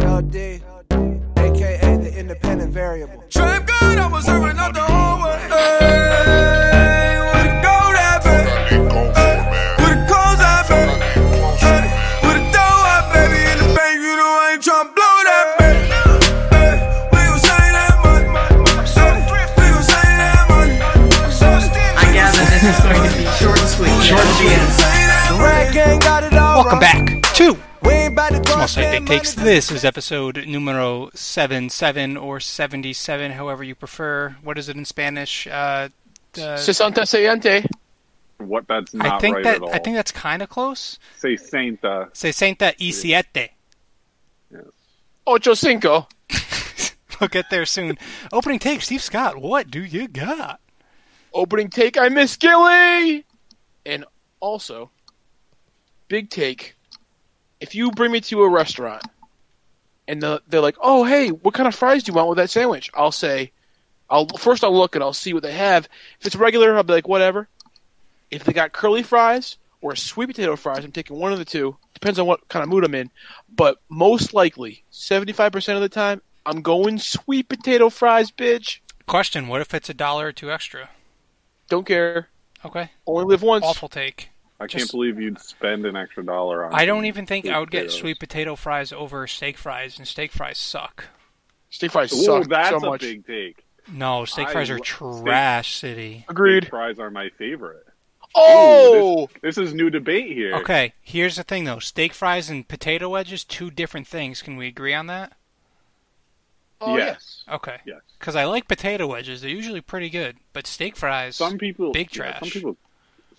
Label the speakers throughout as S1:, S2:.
S1: LD, aka the independent variable.
S2: Trap God, I was serving out the whole way. Ayy, where the gold at, baby? Ayy, where the coals at, baby? Ayy, where the dough at, baby? In the bank, you know I ain't tryna blow that, baby. Ayy, we gon' save that money. Ayy, we gon' save that money.
S3: I gather this is going to be short and sweet. Short and sweet.
S2: Save that
S1: The
S2: money.
S1: Red gang got it all
S4: Welcome
S1: wrong.
S4: back to
S1: We ain't about to go
S4: Small
S1: and
S4: Side
S1: spend
S4: Big Takes.
S1: money.
S4: This is episode numero 77 or 77, however you prefer. What is it in Spanish? Uh, the,
S5: Sesenta Seyente.
S6: What? That's not
S4: I think
S6: right
S4: that
S6: at all.
S4: I think that's kind of close.
S6: Say uh, Sainta.
S4: Sesenta y siete.
S5: Ocho Cinco.
S4: We'll get there soon. Opening take, Steve Scott. What do you got?
S5: Opening take, I miss Gilly. And also, big take. If you bring me to a restaurant and the, they're like, oh, hey, what kind of fries do you want with that sandwich? I'll say, I'll first I'll look and I'll see what they have. If it's regular, I'll be like, whatever. If they got curly fries or sweet potato fries, I'm taking one of the two. Depends on what kind of mood I'm in. But most likely, 75% of the time, I'm going sweet potato fries, bitch.
S4: Question: What if it's a dollar or two extra?
S5: Don't care.
S4: Okay,
S5: Only live once.
S4: awful take.
S6: I
S4: Just-
S6: can't believe you'd spend an extra dollar on.
S4: I don't even think
S6: sweet
S4: I would get
S6: potatoes.
S4: sweet potato fries over steak fries, and steak fries suck.
S5: Steak fries
S6: Ooh,
S5: suck
S6: that's
S5: so
S6: a
S5: much.
S6: big take.
S4: No, steak
S6: I
S4: fries are
S6: lo- steak-
S4: trash city.
S5: Agreed.
S6: Fries are my favorite.
S5: Oh,
S6: This, this is new debate here.
S4: Okay, here's the thing though: steak fries and potato wedges, two different things. Can we agree on that?
S5: oh yeah.
S6: yes.
S4: Okay.
S6: Yes.
S4: Because I like potato wedges; they're usually pretty good. But steak fries,
S6: Some people.
S4: Big
S6: yeah, some
S4: trash.
S6: people.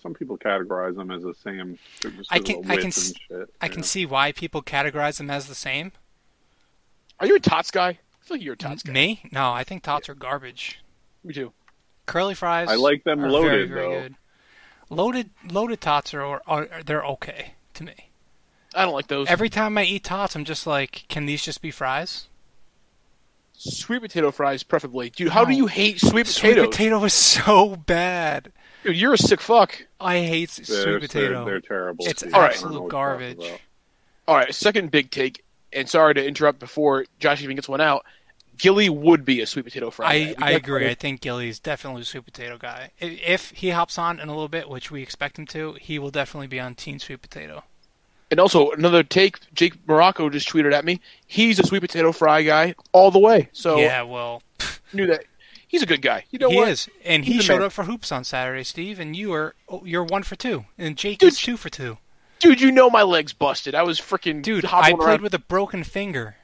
S6: Some people categorize them as the same. just
S4: I
S6: 'cause
S4: can-
S6: of
S4: I
S6: the
S4: can
S6: width and
S4: s-
S6: shit,
S4: I
S6: yeah.
S4: can see why people categorize them as the same.
S5: Are you a tots guy? I feel like you're a tots guy.
S4: Me? No, I think tots are garbage.
S5: Me too.
S4: Curly fries.
S6: I like them
S4: are Very,
S6: loaded,
S4: very
S6: though.
S4: good. Loaded, loaded tots are, are, they're okay to me.
S5: I don't like those.
S4: Every time I eat tots, I'm just like, can these just be fries?
S5: sweet potato fries, preferably. Dude, how do
S4: No.
S5: you hate sweet
S4: Sweet
S5: potatoes?
S4: potato is so bad.
S5: Dude, you're a sick fuck.
S4: I hate s-
S6: They're-
S4: sweet
S6: they're-
S4: potato.
S6: They're, terrible.
S4: It's
S6: too. I don't know
S5: absolute
S6: what you're talking
S4: garbage.
S6: about.
S5: All right, second big take. And sorry to interrupt before Josh even gets one out. Gilly would be a sweet potato fry. guy.
S4: I,
S5: We
S4: I
S5: definitely-
S4: agree. I think Gilly's definitely a sweet potato guy. I- If he hops on in a little bit, which we expect him to, he will definitely be on Team Sweet Potato.
S5: And also another take. Jake Morocco just tweeted at me. He's a sweet potato fry guy all the way. So
S4: yeah, well,
S5: knew that he's a good guy. You know
S4: he
S5: what?
S4: is, and he
S5: He's a
S4: showed
S5: man.
S4: up for hoops on Saturday, Steve. And you are oh, you're one for two, and Jake
S5: Dude,
S4: is two for two.
S5: Dude, you know my leg's busted. I was freaking
S4: Dude, I
S5: hobbling
S4: played
S5: around.
S4: with a broken finger.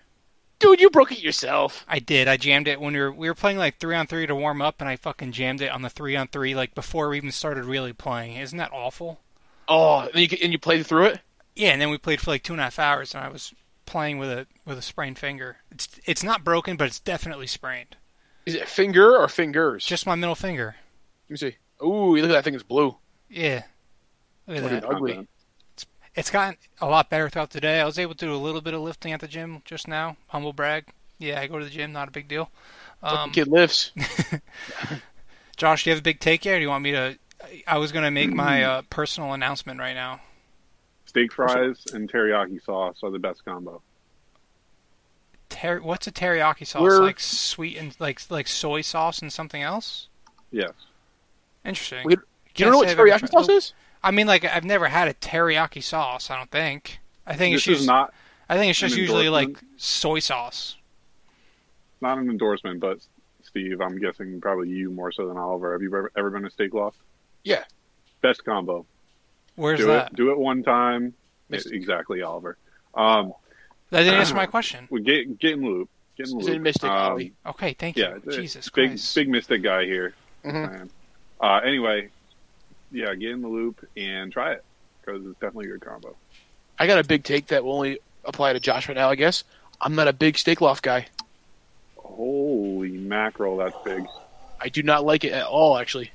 S5: Dude, you broke it yourself.
S4: I did. I jammed it when we were we were playing like three on three to warm up, and I fucking jammed it on the three on three like before we even started really playing. Isn't that awful?
S5: Oh, and you, and you played through it?
S4: Yeah, and then we played for like two and a half hours, and I was playing with a with a sprained finger. It's it's not broken, but it's definitely sprained.
S5: Is it finger or fingers?
S4: Just my middle finger.
S5: let me see. Ooh, look at that thing. It's blue.
S4: Yeah. Look at
S5: Look
S4: that.
S5: at it, ugly.
S6: Content.
S4: It's gotten a lot better throughout the day. I was able to do a little bit of lifting at the gym just now. Humble brag. Yeah, I go to the gym. Not a big deal. Um,
S5: Kid lifts.
S4: Josh, do you have a big take here? Or do you want me to? I- I was gonna make my uh, personal announcement right now.
S6: Steak fries and teriyaki sauce are the best combo.
S4: Ter- what's a teriyaki sauce?
S5: We're-
S4: Like sweet and like like soy sauce and something else?
S6: Yes.
S4: Interesting.
S5: We- Do you
S4: Can't
S5: know what
S4: say I've ever
S5: teriyaki
S4: tried- Oh,
S5: sauce is?
S4: I mean, like I've never had a teriyaki sauce. I don't think. I think
S6: This
S4: it's
S6: is
S4: just.
S6: not
S4: I think it's just
S6: an
S4: usually like
S6: endorsement.
S4: soy sauce.
S6: not an endorsement, but Steve, I'm guessing probably you more so than Oliver. Have you ever, ever been to steak loft?
S5: Yeah.
S6: Best combo.
S4: Where's
S6: do
S4: that?
S6: it. Do it one time.
S5: Missed.
S6: Exactly, Oliver. Um,
S4: That didn't
S6: Uh-huh.
S4: answer my question.
S6: we get get in the loop. Get in the
S5: It's
S6: loop.
S5: in Mystic
S6: Um,
S5: Alley.
S4: Okay, thank
S6: Yeah.
S4: you.
S6: it's a
S4: Jesus
S6: big,
S4: Christ.
S6: Big mystic guy here.
S5: Mhm.
S6: Um, Uh, anyway, yeah, get in the loop and try it because it's definitely a good combo.
S5: I got a big take that will only apply to Josh right now, I guess. I'm not a big steak loft guy.
S6: Holy mackerel, that's big.
S5: I do not like it at all, actually.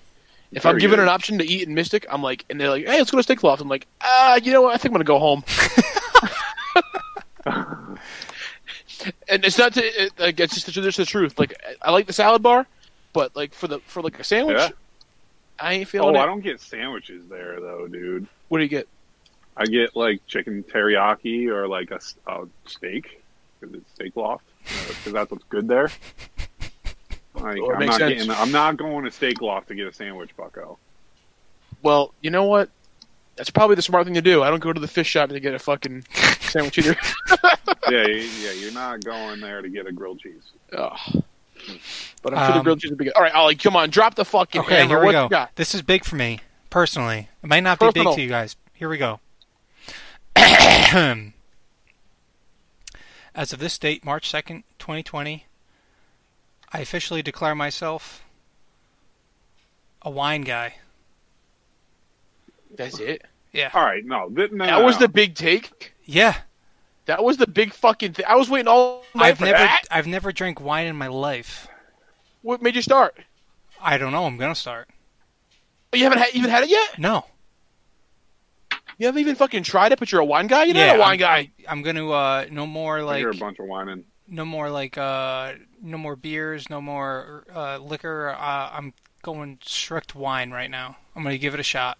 S5: If I'm
S6: Very
S5: given
S6: good.
S5: an option to eat in Mystic, I'm like, and they're like, hey, let's go to Steak Loft. I'm like, ah, you know what? I think I'm going to go home. and it's not to, it, like, it's just, the- just the truth. Like, I like the salad bar, but like for the, for like a sandwich,
S6: Yeah.
S5: I ain't
S6: Oh,
S5: feeling
S6: I
S5: it.
S6: don't get sandwiches there though, dude.
S5: What do you get?
S6: I get like chicken teriyaki or like a, s- a steak. because it's steak loft because that's what's good there. Like,
S5: Well, it
S6: I'm
S5: makes
S6: not
S5: sense.
S6: getting. I'm not going to steak loft to get a sandwich, Bucko.
S5: Well, you know what? That's probably the smart thing to do. I don't go to the fish shop to get a fucking sandwich either.
S6: yeah, you- yeah, you're not going there to get a grilled cheese.
S5: Ugh. But I'm sure the
S4: Um,
S5: grilled cheese would be good. All right, Ollie, come on, drop the fucking
S4: Okay,
S5: hammer.
S4: here we
S5: What
S4: go.
S5: you got?
S4: This is big for me personally. It might not be big
S5: Personal.
S4: to you guys. Here we go. As of this date, March second, twenty twenty, I officially declare myself a wine guy.
S5: That's it.
S4: Yeah,
S6: All right, no, th- no,
S5: That
S6: no,
S5: was
S6: no.
S5: the big take.
S4: yeah.
S5: That was the big fucking thing. I was waiting all night
S4: I've
S5: for
S4: never,
S5: that.
S4: I've never drank wine in my life.
S5: What made you start?
S4: I don't know. I'm gonna start.
S5: You haven't ha- even had it yet.
S4: No.
S5: You haven't even fucking tried it, but you're a wine guy. You're
S4: Yeah,
S5: not a wine
S4: I'm-
S5: guy.
S4: I'm gonna uh no more like
S6: You're a bunch of whining.
S4: no more like uh no more beers, no more uh liquor. Uh, I'm going strict wine right now. I'm gonna give it a shot.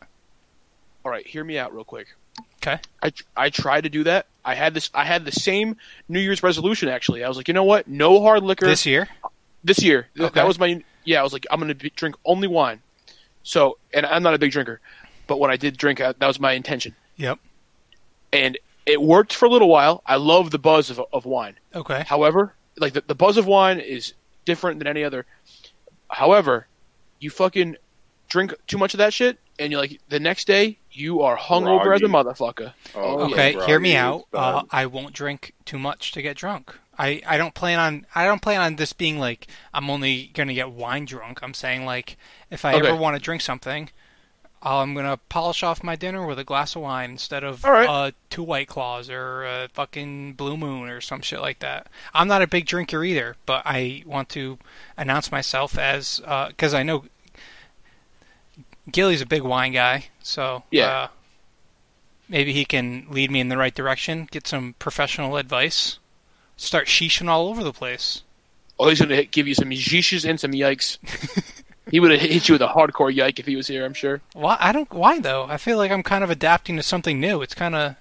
S5: All right, hear me out real quick.
S4: Okay.
S5: I tr- I tried to do that. I had this. I had the same New Year's resolution actually. I was like, you know what? No hard liquor
S4: This year.
S5: this year. Th-
S4: Okay.
S5: That was my yeah. I was like, I'm gonna be, drink only wine. So, and I'm not a big drinker, but when I did drink, I, that was my intention,
S4: Yep.
S5: and it worked for a little while. I love the buzz of, of wine.
S4: Okay.
S5: However, like the, the buzz of wine is different than any other. However, you fucking drink too much of that shit, and you're like the next day you are hungover as a
S6: Groggy.
S5: motherfucker.
S6: Oh, yeah,
S4: Okay.
S6: bro,
S4: Hear me
S6: you
S4: out. Uh,
S5: um,
S6: bad.
S4: I won't drink too much to get drunk. I, I don't plan on I don't plan on this being like I'm only gonna get wine drunk. I'm saying like if I
S5: Okay.
S4: ever want to drink something, I'm gonna polish off my dinner with a glass of wine instead of
S5: All right.
S4: uh, two white claws or a fucking blue moon or some shit like that. I'm not a big drinker either, but I want to announce myself as because I know Gilly's a big wine guy, so
S5: Yeah.
S4: Uh, maybe he can lead me in the right direction, get some professional advice, start sheeshing all over the place.
S5: Oh, he's gonna hit, give you some yeeshes and some yikes. he would have hit you with a hardcore yike if he was here. I'm sure.
S4: Why? I don't. Why though? I feel like I'm kind of adapting to something new. It's kind of.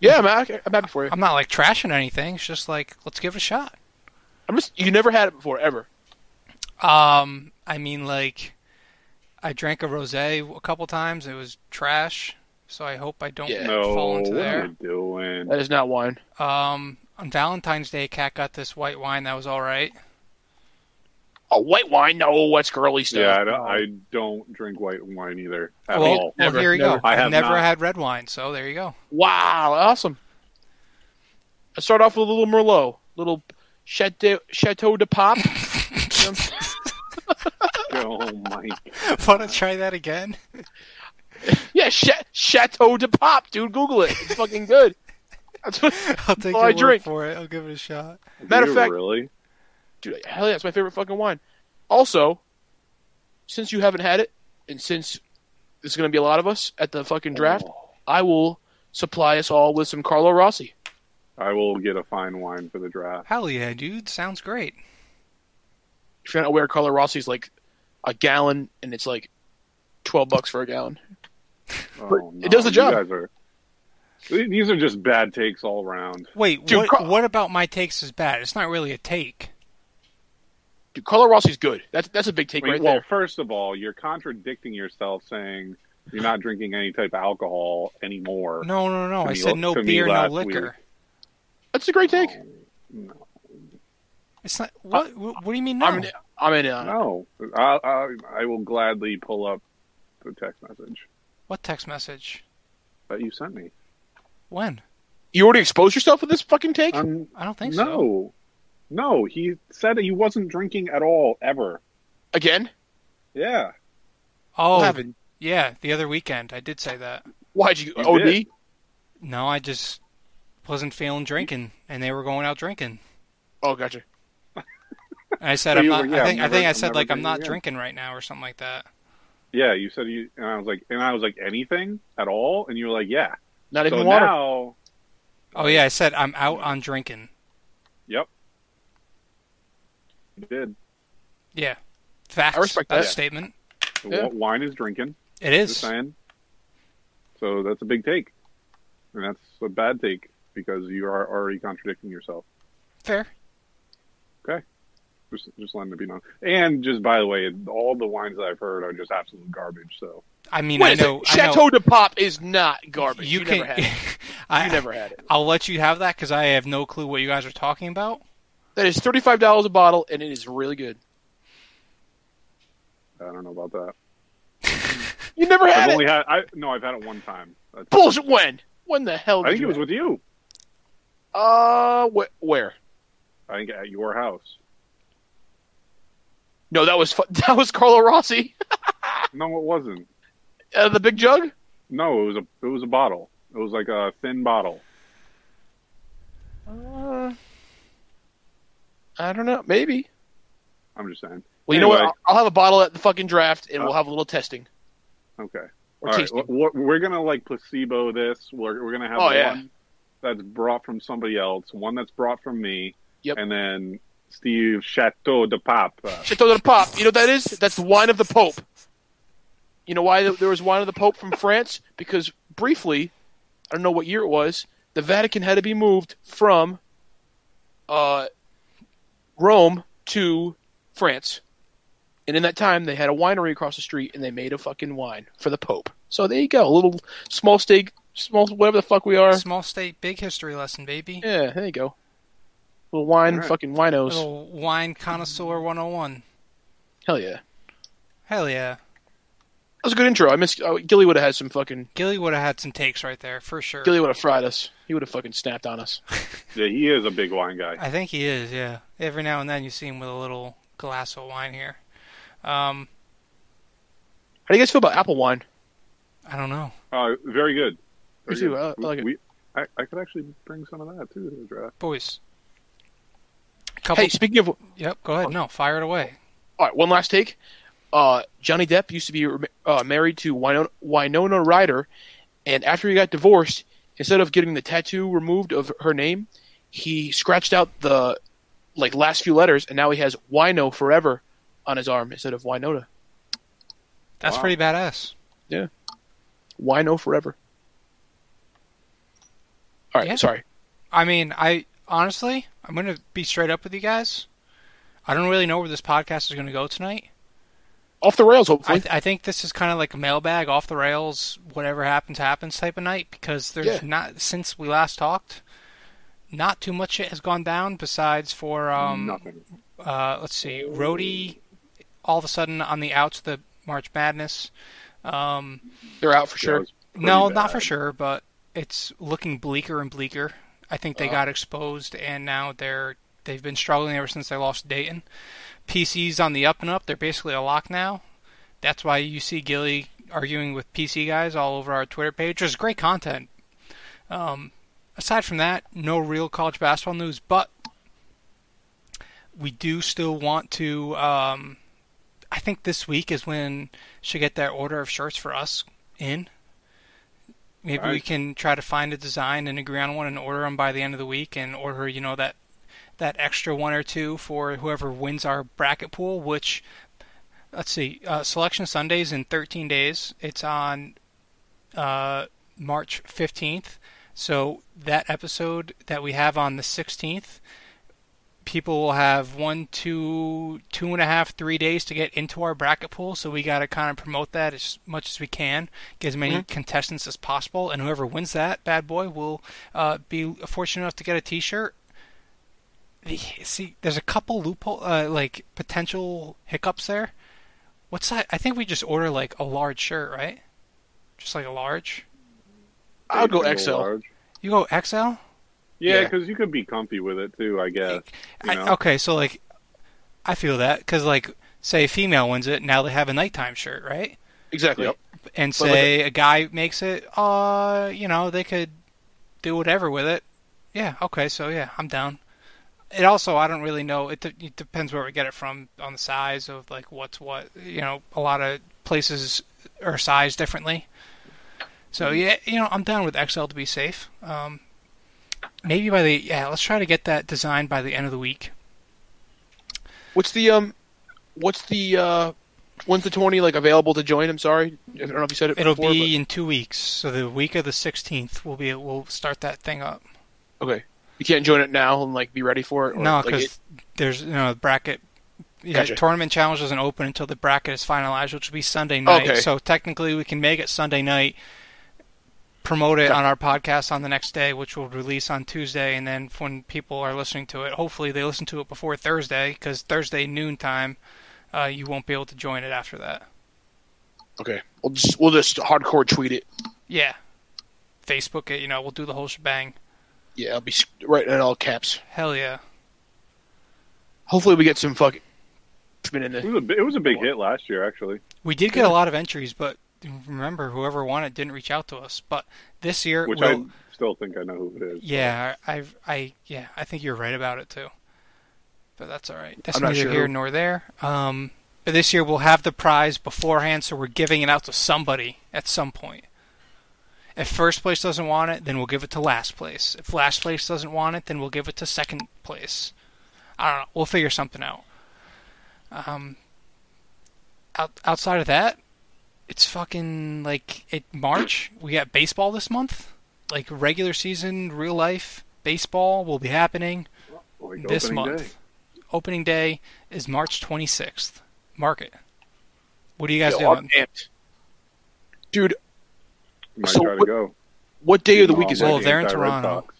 S5: Yeah, I'm, happy- I'm happy for you.
S4: I'm not like trashing anything. It's just like let's give it a shot.
S5: I'm just you never had it before ever.
S4: Um, I mean, like, I drank a rosé a couple times. It was trash. So I hope I don't
S5: Yeah.
S6: No,
S4: fall
S6: what
S4: into
S6: are
S4: there.
S6: you doing?
S5: That is not wine.
S4: Um, on Valentine's Day, Cat got this white wine that was all right.
S5: Oh, white wine? No, that's girly stuff.
S6: Yeah, I don't, I don't drink white wine either at
S4: well,
S6: all.
S4: well,
S5: Never,
S4: here you
S5: never.
S4: go.
S6: Oh, I
S4: I've
S6: have
S4: never
S6: not.
S4: had red wine, so there you go.
S5: Wow, awesome. I start off with a little Merlot, little Chateau, Chateau de Pop.
S6: Oh my!
S4: Want to try that again?
S5: yeah, Cha- Chateau de Pop, dude. Google it. It's fucking good. That's what,
S4: I'll take
S5: Oh,
S4: your
S5: I
S4: word
S5: drink.
S4: for it. I'll give it a shot.
S5: Matter
S6: Do
S5: of
S6: you
S5: fact-
S6: really?
S5: dude, hell yeah, it's my favorite fucking wine. Also, since you haven't had it, and since there's going to be a lot of us at the fucking draft,
S6: Oh.
S5: I will supply us all with some Carlo Rossi.
S6: I will get a fine wine for the draft.
S4: Hell yeah, dude! Sounds great.
S5: If you're not aware, Carlo Rossi is like a gallon, and it's like twelve bucks for a gallon.
S6: Oh, no,
S5: it does the
S6: you
S5: job.
S6: guys are- these are just bad takes all around.
S4: Wait,
S5: Dude,
S4: what?
S5: Carl-
S4: What about my takes is bad? It's not really a take.
S5: Dude, Carlo Rossi's good. That's that's a big take
S6: Wait,
S5: right
S6: well,
S5: there.
S6: first of all, you're contradicting yourself saying you're not drinking any type of alcohol anymore.
S4: No, no, no.
S6: To
S4: I
S6: me-
S4: said no
S6: to me
S4: beer, no
S6: last
S4: liquor.
S6: week.
S5: That's a great take.
S4: It's
S6: Uh,
S4: not. What? what do you mean? No.
S5: I'm in, I'm in on it.
S6: No, I, I, I will gladly pull up the text message
S4: What text message?
S6: that you sent me.
S4: When?
S5: You already exposed yourself with this fucking take.
S6: Um,
S4: I don't think so.
S6: no, no, he said he wasn't drinking at all ever.
S5: Again?
S6: Yeah,
S4: Oh,
S5: What happened?
S4: yeah. The other weekend, I did say that.
S5: Why'd you,
S6: You
S5: OD?
S6: did.
S4: No, I just wasn't feeling drinking, and they were going out drinking.
S5: Oh, gotcha.
S4: And I said,
S6: So
S4: "I'm
S6: you
S4: not."
S6: were- yeah,
S4: I think.
S6: I'm
S4: I think
S6: never-
S4: I
S6: I'm
S4: said
S6: never
S4: like I'm
S6: drinking
S4: not
S6: again.
S4: drinking right now or something like that.
S6: yeah. You said you, and I was like, and I was like, anything at all, and you were like, yeah.
S5: Not even
S6: so
S5: water.
S6: now,
S4: Oh yeah, I said I'm out on drinking.
S6: yep, you did.
S4: Yeah, facts.
S5: I respect
S4: That's
S5: that.
S4: a statement.
S6: So
S5: Yeah.
S6: wh- Wine is drinking.
S4: It
S6: Just
S4: is.
S6: saying. So that's a big take, and that's a bad take because you are already contradicting yourself.
S4: Fair.
S6: Just, just letting it be known. And just by the way, all the wines that I've heard are just absolute garbage. So
S4: I mean,
S5: Wait
S4: I
S5: a
S4: know.
S5: second. Chateau de Pop is not garbage. You,
S4: You can-
S5: never had it.
S4: I know.
S5: You never had it.
S4: I'll let you have that because I have no clue what you guys are talking about.
S5: That is thirty five dollars a bottle, and it is really good.
S6: I don't know about that.
S5: You never had
S6: I've
S5: it.
S6: only had I no, I've had it one time. That's-
S5: Bullshit. When? When the hell?
S6: I
S5: did
S6: think
S5: you
S6: it was
S5: have
S6: with you.
S5: Uh, wh- where?
S6: I think at your house.
S5: No, that was fu- that was Carlo Rossi.
S6: No, it wasn't.
S5: Uh, the big jug.
S6: No, it was a it was a bottle. It was like a thin bottle.
S5: Uh, I don't know. Maybe.
S6: I'm just saying.
S5: Well, you know what?
S6: Anyway.
S5: I'll, I'll have a bottle at the fucking draft, and
S6: Uh,
S5: we'll have a little testing
S6: Okay.
S5: or
S6: All right.
S5: tasting.
S6: We're, we're gonna like placebo this. We're we're gonna have
S5: Oh,
S6: one
S5: yeah.
S6: that's brought from somebody else, one that's brought from me,
S5: Yep.
S6: and then Steve Chateau de Pop. Uh,
S5: Chateau de Pop. You know what that is? That's the wine of the Pope. You know why th- there was wine of the Pope from France? Because briefly, I don't know what year it was, the Vatican had to be moved from uh, Rome to France. And in that time, they had a winery across the street, and they made a fucking wine for the Pope. So there you go, a little small steak, small whatever the fuck we are.
S4: Small state, big history lesson, baby.
S5: Yeah, there you go. Little wine,
S6: Alright.
S5: fucking winos.
S4: Little wine connoisseur 101.
S5: Hell yeah, that
S4: Hell yeah.
S5: was a good intro. I miss uh, Gilly would have had some fucking
S4: Gilly would have had some takes right there, for sure.
S5: Gilly would have fried us. He would have fucking snapped on us.
S6: yeah, he is a big wine guy.
S4: I think he is, yeah. Every now and then you see him with a little glass of wine here. Um,
S5: How do you guys feel about apple wine?
S4: I don't know.
S6: Uh, very good.
S5: Me
S6: Very
S5: too,
S6: good.
S5: I- I
S6: We-
S5: uh, like it.
S6: we- I, I could actually bring some of that too to the draft.
S4: Boys. Couple,
S5: Hey, speaking of, all
S4: Yep, go ahead. No, fire it away.
S5: right, one last take. Uh, Johnny Depp used to be uh, married to Winona, Winona Ryder, and after he got divorced, instead of getting the tattoo removed of her name, he scratched out the like last few letters, and now he has Wino forever on his arm instead of Winona.
S4: That's
S6: Wow.
S4: pretty badass.
S5: Wino forever. All right,
S4: Yeah.
S5: sorry.
S4: I mean, I honestly, I'm going to be straight up with you guys. I don't really know where this podcast is going to go tonight.
S5: Off the rails, hopefully.
S4: I, th- I think this is kind of like a mailbag, off the rails, whatever happens, happens type of night because there's
S5: Yeah.
S4: not, since we last talked, not too much shit has gone down besides for,
S5: Mm,
S4: um,
S6: Nothing.
S4: uh, let's see, Rhodey all of a sudden on the outs of the March Madness. Um,
S5: They're out for
S6: Yeah,
S5: sure.
S6: it was pretty
S4: no, not
S6: bad.
S4: for sure, but it's looking bleaker and bleaker. I think they got exposed, and now they're they've been struggling ever since they lost Dayton. PC's on the up and up. They're basically a lock now. That's why you see Gilly arguing with PC guys all over our Twitter page. There's great content. Um, aside from that, no real college basketball news, but we do still want to. Um, I think this week is when should get that order of shirts for us in. Maybe we
S6: Alright.
S4: can try to find a design and agree on one and order them by the end of the week and order, you know, that that extra one or two for whoever wins our bracket pool, which let's see, uh, selection Sundays in 13 days. It's on uh, March 15th. So that episode that we have on the 16th, people will have one, two, two and a half, three days to get into our bracket pool. So we got to kind of promote that as much as we can, get as many contestants as possible, and whoever wins that bad boy will uh, be fortunate enough to get a T-shirt. The- See, there's a couple loophole, uh, like potential hiccups there. What's that? I think we just order like a large shirt, right? Just like a large.
S5: I'll go
S6: Pretty
S5: XL.
S6: large.
S4: You go XL.
S6: Yeah,
S5: Yeah.
S6: because you could be comfy with it too. I guess.
S4: Like,
S6: you
S4: I-
S6: know?
S4: okay, so like, I feel that because like, say a female wins it, now they have a nighttime shirt, right?
S5: Exactly.
S6: Yep.
S4: And
S5: But like
S4: say a guy makes it, uh, you know, they could do whatever with it. Yeah, okay, so yeah, I'm down. It also, I don't really know. It, de- it depends where we get it from on the size of like what's what. You know, a lot of places are sized differently. So yeah, you know, I'm down with XL to be safe. Um, maybe by the yeah, let's try to get that designed by the end of the week.
S5: What's the um? What's the uh? When's the twenty like available to join? I'm sorry, I don't know if you said it.
S4: It'll
S5: before,
S4: be in two weeks. So the week of the 16th, we'll be we'll start that thing up.
S5: but- okay. You can't join it now and like be ready for it. Or,
S4: No,
S5: like,
S4: because
S5: it-
S4: there's you know bracket. Yeah,
S5: Gotcha.
S4: tournament challenge doesn't open until the bracket is finalized, which will be Sunday night.
S5: Okay.
S4: So technically, we can make it Sunday night, promote it
S5: Got-
S4: on our podcast on the next day, which will release on Tuesday, and then when people are listening to it, hopefully they listen to it before Thursday, because Thursday noon time, uh, you won't be able to join it after that.
S5: okay, we'll just we'll just hardcore tweet it.
S4: Yeah, Facebook it. You know, we'll do the whole shebang.
S5: Yeah, I'll be s- right in all caps.
S4: Hell yeah.
S5: Hopefully, we get some fucking in
S6: It
S5: there.
S6: was a bi- it was a big hit last year, actually.
S4: We did get a lot of entries, but remember, whoever won it didn't reach out to us. But this year,
S6: Which
S4: we'll-
S6: I still think I know who it is.
S4: Yeah, I, I've, I, yeah, I think you're right about it too. But that's all right. That's
S5: I'm not
S4: neither
S5: sure
S4: here
S5: who-
S4: nor there. Um, but this year we'll have the prize beforehand, so we're giving it out to somebody at some point. If first place doesn't want it, then we'll give it to last place. If last place doesn't want it, then we'll give it to second place. I don't know. We'll figure something out. Um, out, outside of that, it's fucking like it March. We got baseball this month. Like regular season, real life baseball will be happening
S6: Like
S4: this
S6: opening
S4: month.
S6: day.
S4: Opening day is March 26th. Mark it. What are you guys
S5: Yo, I'm
S4: doing?
S5: amped. Dude,
S6: Might
S5: So
S6: try
S5: what-
S6: to go.
S5: what day of the week
S6: Oh,
S5: is
S6: my
S4: Well,
S5: it?
S6: game's
S4: they're in
S6: at Red
S4: Toronto.
S6: Sox.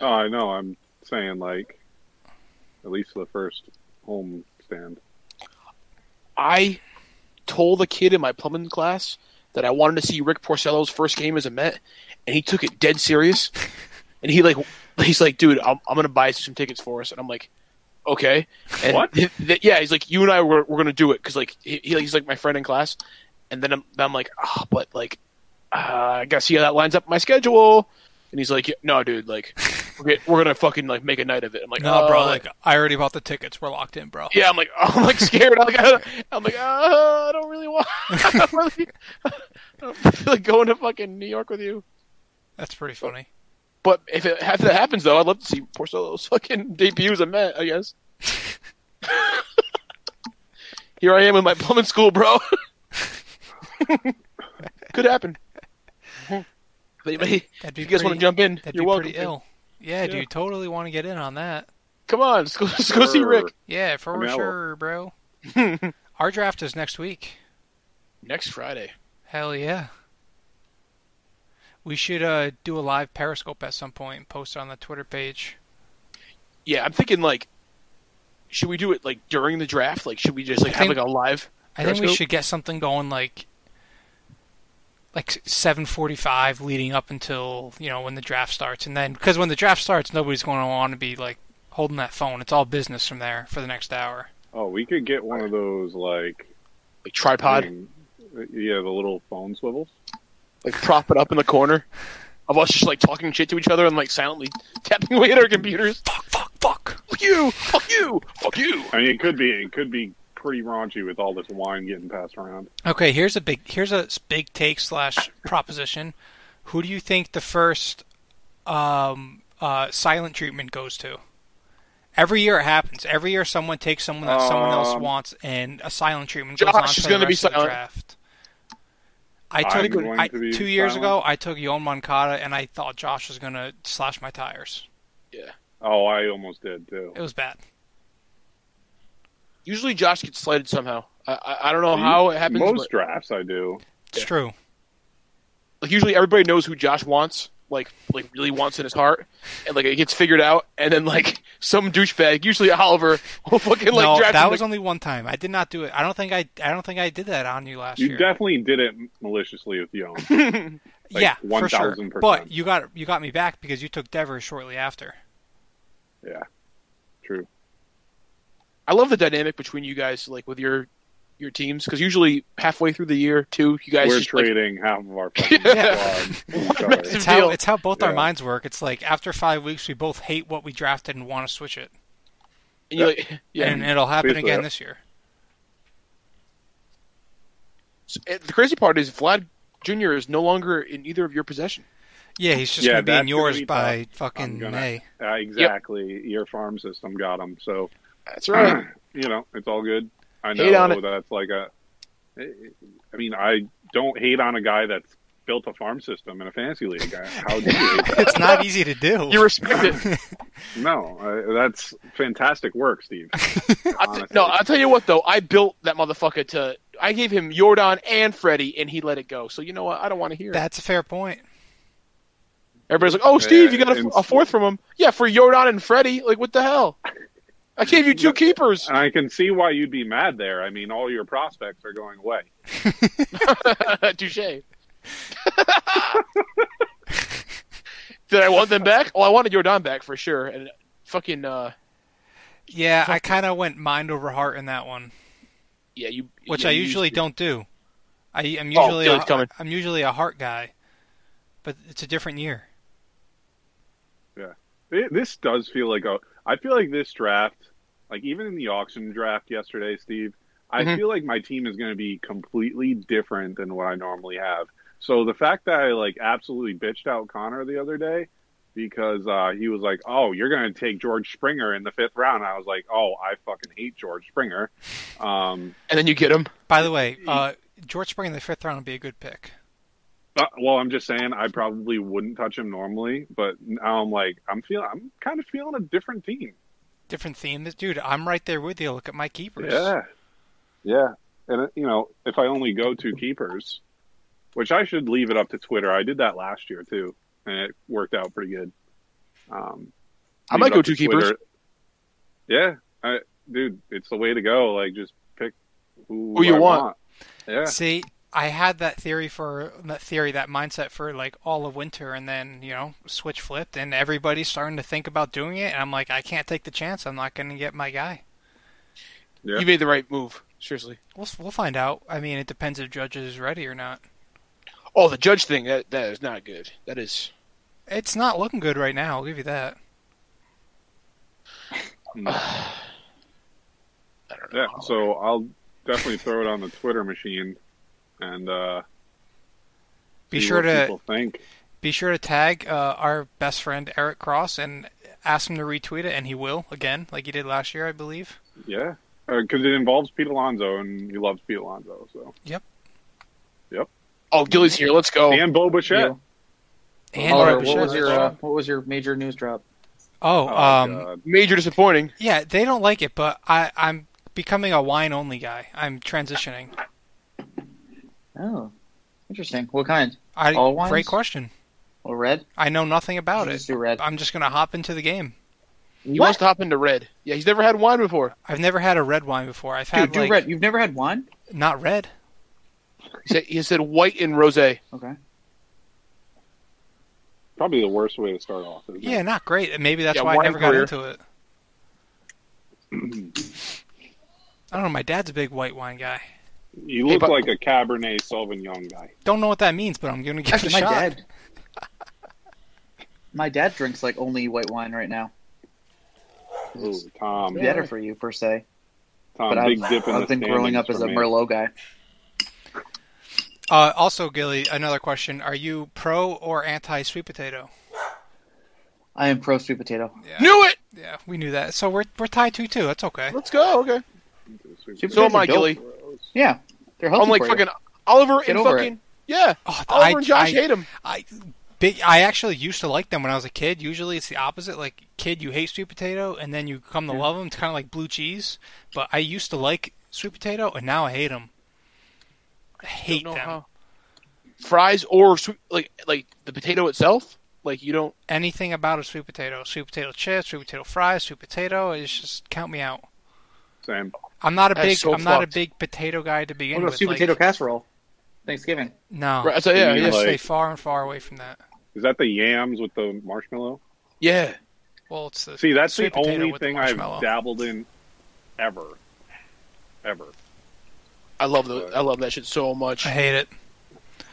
S6: Oh, I know. I'm saying like at least the first home stand.
S5: I told the kid in my plumbing class that I wanted to see Rick Porcello's first game as a Met, and he took it dead serious. and he like, he's like, dude, I'm, I'm gonna buy some tickets for us, and I'm like, okay. And
S6: What?
S5: th- th- yeah, he's like, you and I were we're gonna do it because like he, he- he's like my friend in class, and then I'm then I'm like, ah, but like, uh, I gotta see how that lines up with my schedule. And he's like, yeah, no, dude, like, we're, get- we're gonna fucking like make a night of it. I'm like,
S4: No,
S5: oh,
S4: bro.
S5: bro,
S4: Like I already bought the tickets. We're locked in, bro.
S5: yeah, I'm like, I'm like scared. I'm like, I'm like, uh, I don't really want. I don't really, I don't feel like going to fucking New York with you.
S4: That's pretty funny.
S5: But if, it, if that happens, though, I'd love to see Porcello's fucking debut as a Met. I guess. Here I am in my plumbing school, bro. Could happen. But hey,
S4: That'd be
S5: if you guys
S4: pretty-
S5: want to jump in,
S4: That'd
S5: you're
S4: be
S5: welcome.
S4: pretty ill. Yeah, dude. Totally want to get in on that.
S5: Come on, let's go, let's go see
S6: Sure.
S5: Rick
S4: Yeah, for
S6: I mean, I will.
S4: sure, bro. Our draft is next week.
S5: next Friday.
S4: Hell yeah. We should uh, do a live Periscope at some point and post it on the Twitter page.
S5: Yeah, I'm thinking like, should we do it like during the draft? Like, should we just like
S4: I
S5: have
S4: think-
S5: like a live?
S4: I think we
S5: Periscope?
S4: should get something going like like 7:45 leading up until, you know, when the draft starts and then because when the draft starts nobody's going to want to be like holding that phone. It's all business from there for the next hour.
S6: Oh, we could get one of those like
S5: Like tripod,
S6: thing- yeah, the little phone swivels.
S5: like prop it up in the corner of us just like talking shit to each other and like silently tapping away at our computers.
S4: Fuck fuck fuck.
S5: Fuck you! Fuck you! Fuck you!
S6: I mean, it could be it could be pretty raunchy with all this wine getting passed around.
S4: Okay, here's a big here's a s- big take slash proposition. Who do you think the first um, uh, silent treatment goes to? Every year it happens. Every year someone takes someone that someone else
S6: Um,
S4: wants, and a silent treatment
S5: Josh
S4: goes on
S5: is
S4: for the
S5: gonna be
S4: rest of the
S5: silent.
S4: draft. I
S6: I'm
S4: took
S6: going
S4: I,
S6: to be
S4: two years
S6: silent.
S4: ago. I took Yon Moncada, and I thought Josh was gonna slash my tires.
S6: Oh, I almost did too.
S4: It was bad.
S5: Usually Josh gets slighted somehow. I I, I don't know
S6: See?
S5: how it happens.
S6: Most
S5: but,
S6: drafts I do.
S4: It's true.
S5: like usually everybody knows who Josh wants. Like, like really wants in his heart, and like it gets figured out, and then like some douchebag, usually Oliver, will fucking like
S4: no,
S5: draft
S4: that
S5: him,
S4: was
S5: like,
S4: only one time. I did not do it. I don't think I. I don't think I did that on you last
S6: You
S4: year.
S6: definitely did it maliciously with Young. Like,
S4: yeah, for sure.
S6: 1000%.
S4: But you got you got me back because you took Devers shortly after.
S6: yeah, true.
S5: I love the dynamic between you guys, like with your your teams, because usually halfway through the year, too, you guys
S6: We're
S5: just, like,
S6: trading half of our fucking
S4: Yeah.
S6: squad. Sorry.
S5: massive-
S4: It's how
S5: deal.
S4: it's how both our
S6: Yeah.
S4: minds work. It's like after five weeks, we both hate what we drafted and want to switch it,
S5: and you like, yeah.
S4: and it'll happen
S6: Basically,
S4: again
S6: yeah.
S4: this year.
S5: So, and the crazy part is Vlad Jr. is no longer in either of your possession.
S4: Yeah, he's just
S6: Yeah,
S4: gonna be
S6: that's
S4: in
S6: gonna
S4: yours
S6: be
S4: by
S6: I'm
S4: fucking
S6: gonna-
S4: May.
S6: Uh, exactly. Your farm system got them. So,
S5: That's right.
S6: you know, it's all good. I know
S5: Hate on it.
S6: eh, that's like a. I mean, I don't hate on a guy that's built a farm system in a fantasy league. I- How do you?
S7: It's not easy to do.
S5: You respect it.
S6: No, uh, that's fantastic work, Steve.
S5: I t- no, I'll tell you what though. I built that motherfucker to. I gave him Jordan and Freddie, and he let it go. So you know what? I don't want to hear it.
S4: That's a fair point.
S5: Everybody's like, "Oh, Steve, you got
S6: and-
S5: a, a fourth from him." Yeah, for Jordan and Freddie. Like, what the hell? I gave you two keepers.
S6: And I can see why you'd be mad there. I mean, all your prospects are going away.
S5: Touche. Did I want them back? Well, I wanted Jordan back for sure. And fucking, uh,
S4: Yeah, I kind of went mind over heart in that one,
S5: yeah, you.
S4: which
S5: yeah,
S4: I
S5: you
S4: usually
S5: used to.
S4: don't do. I, am
S5: Oh,
S4: usually
S5: Billy's
S4: a,
S5: coming.
S4: I'm usually a heart guy, but it's a different year.
S6: Th- This does feel like a. I feel like this draft, like even in the auction draft yesterday, Steve, I
S5: Mhm.
S6: feel like my team is going to be completely different than what I normally have. So the fact that I like absolutely bitched out Connor the other day because uh, he was like, "Oh, you're going to take George Springer in the fifth round," I was like, "Oh, I fucking hate George Springer." Um,
S5: And then you get him.
S4: By the way, uh, George Spring in the fifth round would be a good pick.
S6: Uh, well, I'm just saying I probably wouldn't touch him normally, but now I'm like I'm feeling I'm kind of feeling a different team.
S4: Different theme, dude. I'm right there with you. Look at my keepers.
S6: Yeah, yeah, and uh, you know if I only go two keepers, which I should leave it up to Twitter. I did that last year too, and it worked out pretty good. Um,
S5: I
S6: leave
S5: might
S6: it
S5: go
S6: up to
S5: two keepers.
S6: Twitter. Yeah, I, dude, it's the way to go. Like just pick who,
S5: Who you
S6: I
S5: want.
S6: Yeah,
S4: See, I had that theory for that theory, that mindset for like all of winter, and then you know switch flipped, and everybody's starting to think about doing it, and I'm like, I can't take the chance. I'm not going to get my guy.
S6: Yeah.
S5: You made the right move. Seriously.
S4: We'll we'll find out. I mean, it depends if Judge is ready or not.
S5: Oh, the judge thing. That that is not good. That is.
S4: It's not looking good right now. I'll give you that.
S5: I don't know.
S6: yeah. So I'll definitely throw it on the Twitter machine, and. uh
S4: Be
S6: see
S4: sure
S6: what
S4: to
S6: people think.
S4: be sure to tag uh, our best friend Eric Cross and ask him to retweet it, and he will again, like he did last year, I believe.
S6: Yeah, because it involves Pete Alonso, and he loves Pete Alonso. So
S5: Oh, Gilly's here. Let's go.
S6: and Bo Bichette.
S4: And
S8: All right,
S4: Eric
S8: what was
S4: Bichette.
S8: your uh, what was your major news drop?
S4: oh,
S6: Oh,
S4: um,
S6: God.
S5: Major disappointing.
S4: yeah, they don't like it, but I I'm becoming a wine only guy. I'm transitioning.
S8: Oh, interesting. What kind?
S4: I
S8: All wines?
S4: great question.
S8: Well, red.
S4: I know nothing about
S8: You
S4: it.
S8: Just do red.
S4: I'm just gonna hop into the game.
S5: He
S8: what?
S5: wants to hop into red. Yeah, he's never had wine before.
S4: I've never had a red wine before. I've
S8: Dude,
S4: had
S8: do
S4: like
S8: red. You've never had wine?
S4: not red.
S5: He said, he said white and rosé.
S8: Okay.
S6: probably the worst way to start off. Isn't
S4: Yeah,
S6: It?
S4: not great. And Maybe that's
S5: Yeah,
S4: why I
S5: wine
S4: never got
S5: career.
S4: into it. I don't know. My dad's a big white wine guy.
S6: You look
S5: but-
S6: like a Cabernet Sauvignon guy.
S4: Don't know what that means, but I'm gonna give it a
S8: Actually, my
S4: shot.
S8: dad. My dad drinks like only white wine right now.
S6: Ooh, Tom,
S8: Better for you per se,
S6: Tom,
S8: but I've,
S6: Big Dip in the
S8: I've been growing
S6: standings
S8: up as
S6: for
S8: a
S6: me.
S8: Merlot guy.
S4: Uh, also, Gilly, another question: Are you pro or anti sweet potato?
S8: I am pro sweet potato.
S5: Knew it.
S4: Yeah, we knew that. So we're we're tied two two. That's okay.
S5: Let's go. Okay.
S8: Sweet
S5: So am I,
S8: potatoes are
S5: Gilly.
S8: dope. Yeah, they're healthy
S5: I'm like
S8: for you.
S5: fucking Oliver
S8: Get
S5: and
S8: over
S5: fucking yeah.
S4: Oh,
S5: Oliver
S4: I-
S5: and Josh
S4: I-
S5: hate him.
S4: I big, I actually used to like them when I was a kid. Usually it's the opposite. Like kid, you hate sweet potato, and then you come to love 'em. love them. It's kind of like blue cheese. But I used to like sweet potato, and now I hate them. I hate
S5: know
S4: them.
S5: how. Fries or sweet, like like the potato itself. Like you don't.
S4: Anything about a sweet potato, sweet potato chips, sweet potato fries, sweet potato. It's just count me out.
S6: Same.
S4: I'm not a
S5: That is
S4: big.
S5: so
S4: I'm not a
S5: fucked.
S4: big potato guy to begin
S8: What about
S4: with.
S8: sweet
S4: like-
S8: potato casserole? Thanksgiving.
S4: No,
S5: Right, so yeah,
S6: You
S4: I
S5: yeah,
S6: mean,
S4: stay
S6: like-
S4: far and far away from that.
S6: Is that the yams with the marshmallow?
S5: yeah.
S4: Well, it's the
S6: See, that's
S4: sweet
S6: the
S4: potato
S6: only
S4: with the
S6: thing
S4: marshmallow.
S6: I've dabbled in ever, ever.
S5: I love the I love that shit so much.
S4: I hate it.
S6: yeah,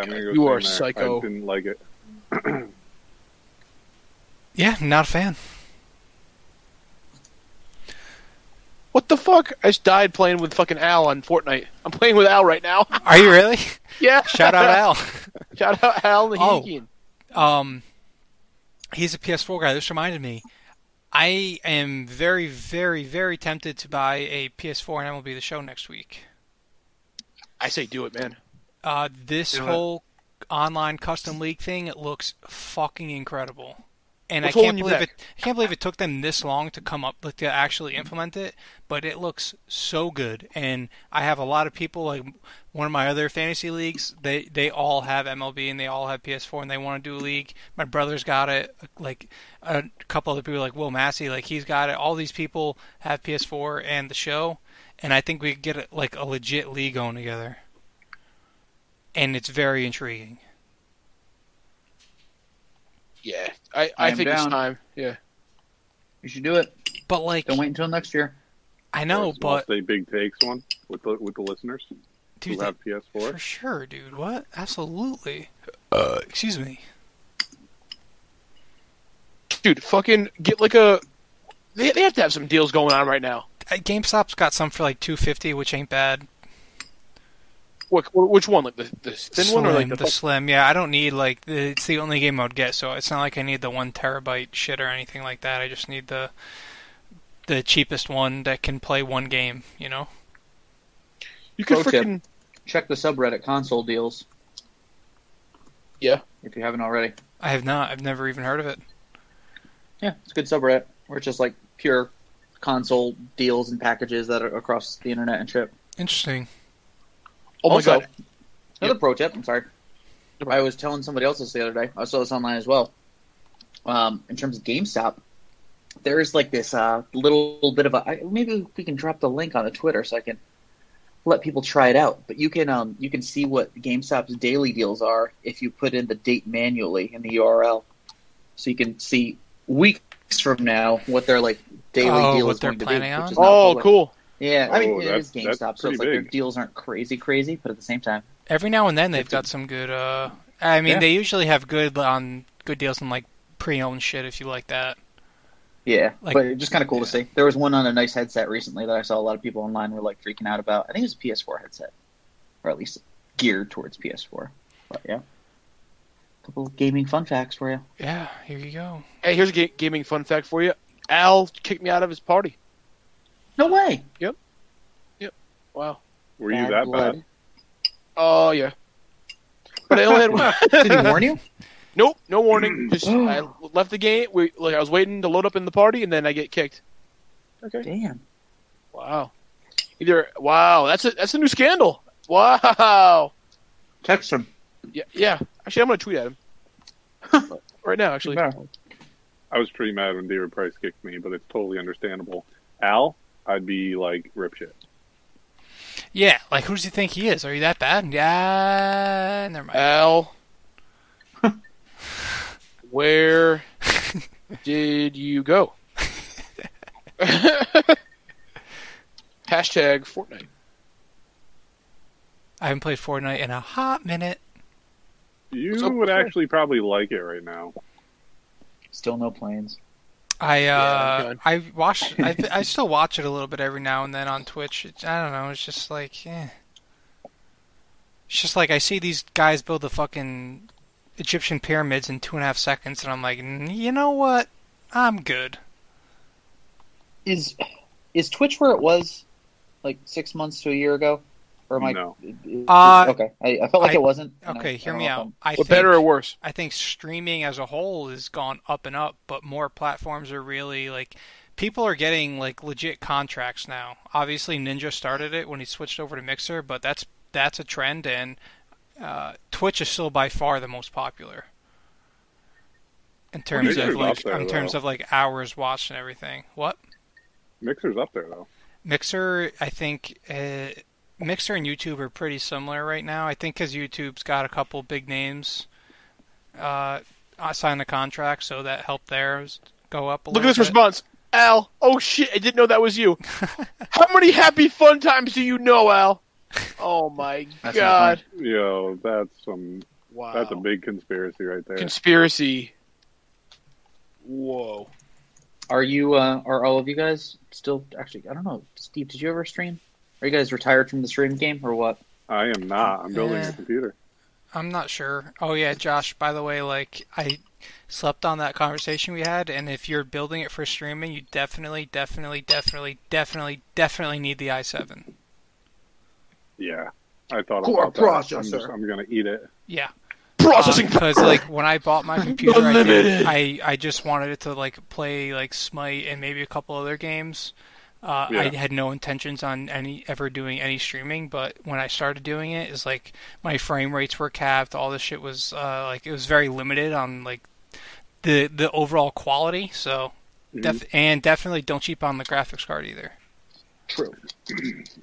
S6: I'm gonna go
S5: you are a
S6: same there.
S5: psycho.
S6: I didn't like it.
S4: Yeah, not a fan.
S5: What the fuck? I just died playing with fucking Al on Fortnite. I'm playing with Al right now.
S4: Are you really?
S5: yeah.
S4: Shout out Al.
S5: Shout out Al
S4: Oh.
S5: Nahigian.
S4: um, he's a PS4 guy. This reminded me. I am very, very, very tempted to buy a PS4 and MLB The Show next week.
S5: I say do it, man.
S4: Uh, this
S5: Do it.
S4: whole online custom league thing it looks fucking incredible, and I
S5: What's holding
S4: can't
S5: you
S4: believe
S5: back?
S4: it. I can't believe it took them this long to come up like, to actually implement it. But it looks so good, and I have a lot of people like one of my other fantasy leagues. They they all have MLB and they all have PS4 and they want to do a league. My brother's got it. Like a couple other people, like Will Massey, like he's got it. All these people have PS4 and the show, and I think we could get like a legit league going together and it's very intriguing.
S5: Yeah, I,
S8: I
S5: I
S8: am
S5: think
S8: down.
S5: it's time. Yeah,
S8: You should do it.
S4: But like,
S8: Don't wait until next year.
S4: I
S6: Or
S4: know,
S6: a small
S4: but
S6: state big takes one with the with the listeners
S4: dude,
S6: who have
S4: that- for
S6: PS4.
S4: sure, dude. What? Absolutely. Uh, excuse me.
S5: dude, fucking get like a. They, they have to have some deals going on right now.
S4: Uh, GameStop's got some for like two fifty, which ain't bad.
S5: What, which one? Like the, the thin
S4: slim,
S5: one or like the, fuck-
S4: slim? Yeah, I don't need like the, it's the only game I would get, so it's not like I need the one terabyte shit or anything like that. I just need the the cheapest one that can play one game. You know?
S5: You could
S8: Pro tip.
S5: freaking
S8: Check the subreddit console deals.
S5: Yeah.
S8: If you haven't already.
S4: I have not. I've never even heard of it.
S8: Yeah, it's a good subreddit. Where it's just like pure console deals and packages that are across the internet and shit.
S4: Interesting.
S5: oh my
S8: Also-
S5: god,
S8: Another pro tip. I'm sorry. I was telling somebody else this the other day. I saw this online as well. Um, in terms of GameStop, there is like this uh, little bit of a. I- Maybe we can drop the link on the Twitter so I can let people try it out. But you can um, you can see what GameStop's daily deals are if you put in the date manually in the URL, so you can see weeks from now what their like daily
S4: Oh,
S8: deal
S4: what
S8: is
S4: they're
S8: going to be.
S4: planning on?
S8: which is not
S5: oh
S8: public.
S5: cool.
S8: Yeah, I mean
S6: Oh,
S8: it
S6: that's-
S8: is
S6: that's
S8: GameStop, so
S6: pretty
S8: it's like their
S6: big.
S8: deals aren't crazy crazy, but at the same time.
S4: Every now and then they've got some good. uh I mean,
S8: Yeah.
S4: they usually have good on good deals on like pre-owned shit if you like that.
S8: Yeah,
S4: Like-
S8: but just kind of cool to see. There was one on a nice headset recently that I saw a lot of people online were like freaking out about. I think it was a PS4 headset, or at least geared towards PS4. But yeah, couple of gaming fun facts for you.
S4: Yeah, here you go.
S5: Hey, here's a ga- gaming fun fact for you. Al kicked me out of his party.
S8: No way.
S5: Wow.
S6: Were you that
S8: blood.
S6: bad?
S5: Oh yeah. But I only had one.
S8: Did he warn you?
S5: Nope, no warning. Just I left the game. We like I was waiting to load up in the party, and then I get kicked.
S8: Damn.
S5: Wow. Either wow, that's a that's a new scandal. Wow.
S8: Text him.
S5: Yeah, yeah. Actually, I'm gonna tweet at him right now. Actually,
S8: Better.
S6: I was pretty mad when David Price kicked me, but it's totally understandable. Al, I'd be like rip shit.
S4: Yeah, like who does he think he is? Are you that bad? Yeah, never mind.
S5: Al, where did you go? Hashtag Fortnite.
S4: I haven't played Fortnite in a hot minute.
S6: You
S5: What's up
S6: would
S5: with that?
S6: actually probably like it right now.
S8: Still no plans.
S4: I
S5: Yeah,
S4: uh,
S5: good.
S4: I watched. I I still watch it a little bit every now and then on Twitch. It's, I don't know. It's just like, eh. it's just like I see these guys build the fucking Egyptian pyramids in two and a half seconds, and I'm like, "Mm, you know what? I'm good.
S8: Is is Twitch where it was like six months to a year ago, or am I?
S6: No.
S4: Uh,
S8: okay, I, I felt like
S4: I-
S8: it wasn't. and I-
S4: Okay,
S8: I
S4: hear
S8: don't
S4: me
S8: know if
S4: out.
S8: I'm-
S4: I think,
S5: But better or worse?
S4: I think streaming as a whole has gone up and up, but more platforms are really like people are getting like legit contracts now. Obviously, Ninja started it when he switched over to Mixer, but that's that's a trend, and uh, Twitch is still by far the most popular in terms
S6: Mixer's
S4: of
S6: up
S4: like
S6: there,
S4: in terms
S6: though.
S4: of like hours watched and everything. What?
S6: Mixer's up there though.
S4: Mixer, I think uh, Mixer and YouTube are pretty similar right now. I think because YouTube's got a couple big names uh, uh, signed a contract, so that helped theirs go up. A
S5: Look at
S4: little
S5: this
S4: bit.
S5: response. Al, oh shit, I didn't know that was you. How many happy fun times do you know, Al? Oh my
S8: That's not
S5: god.
S6: Yo, that's some
S5: Wow.
S6: that's a big conspiracy right there.
S5: conspiracy. Whoa.
S8: Are you? Uh, are all of you guys still? Actually, I don't know. Steve, did you ever stream? Are you guys retired from the stream game or what?
S6: I am not. I'm building
S4: Yeah.
S6: a computer.
S4: I'm not sure. Oh yeah, Josh. By the way, like I slept on that conversation we had, and if you're building it for streaming, you definitely, definitely, definitely, definitely, definitely need the i7.
S6: Yeah. I thought
S8: Core
S6: about that. I'm,
S8: processor.
S6: just, I'm gonna eat it.
S4: Yeah.
S5: Processing
S4: because Um, like when I bought my computer, I,
S5: Unlimited.
S4: did, I I just wanted it to like play like Smite and maybe a couple other games. Uh, I
S6: Yeah.
S4: had no intentions on any ever doing any streaming, but when I started doing it, is like my frame rates were capped. All this shit was uh, like it was very limited on like the the overall quality. So
S5: Mm-hmm.
S4: def- and definitely don't cheap on the graphics card either.
S8: True.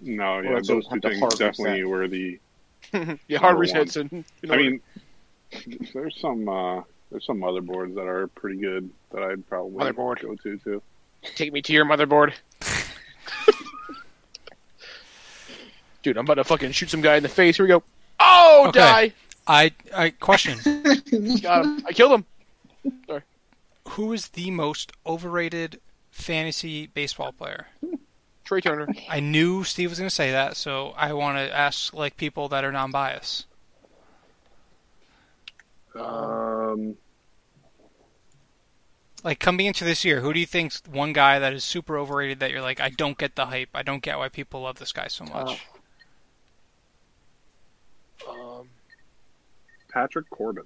S6: No, yeah,
S8: don't
S6: those
S8: have
S6: two
S8: to
S6: things
S8: hard reset.
S6: definitely were the.
S5: yeah, hard
S6: Number one.
S5: resets and you know,
S6: I mean, there's some uh, there's some motherboards that are pretty good that I'd probably
S5: Motherboard.
S6: go to too.
S5: take me to your motherboard. Dude, I'm about to fucking shoot some guy in the face. Here we go. Oh,
S4: Okay.
S5: die!
S4: I I question
S5: Got him. I killed him.
S4: who is the most overrated fantasy baseball player?
S5: Trey Turner.
S4: I knew Steve was going to say that, so I want to ask like people that are non-biased.
S6: Um,
S4: Like coming into this year, who do you think's one guy that is super overrated that you're like, I don't get the hype. I don't get why people love this guy so much.
S5: Um,
S6: Patrick Corbin.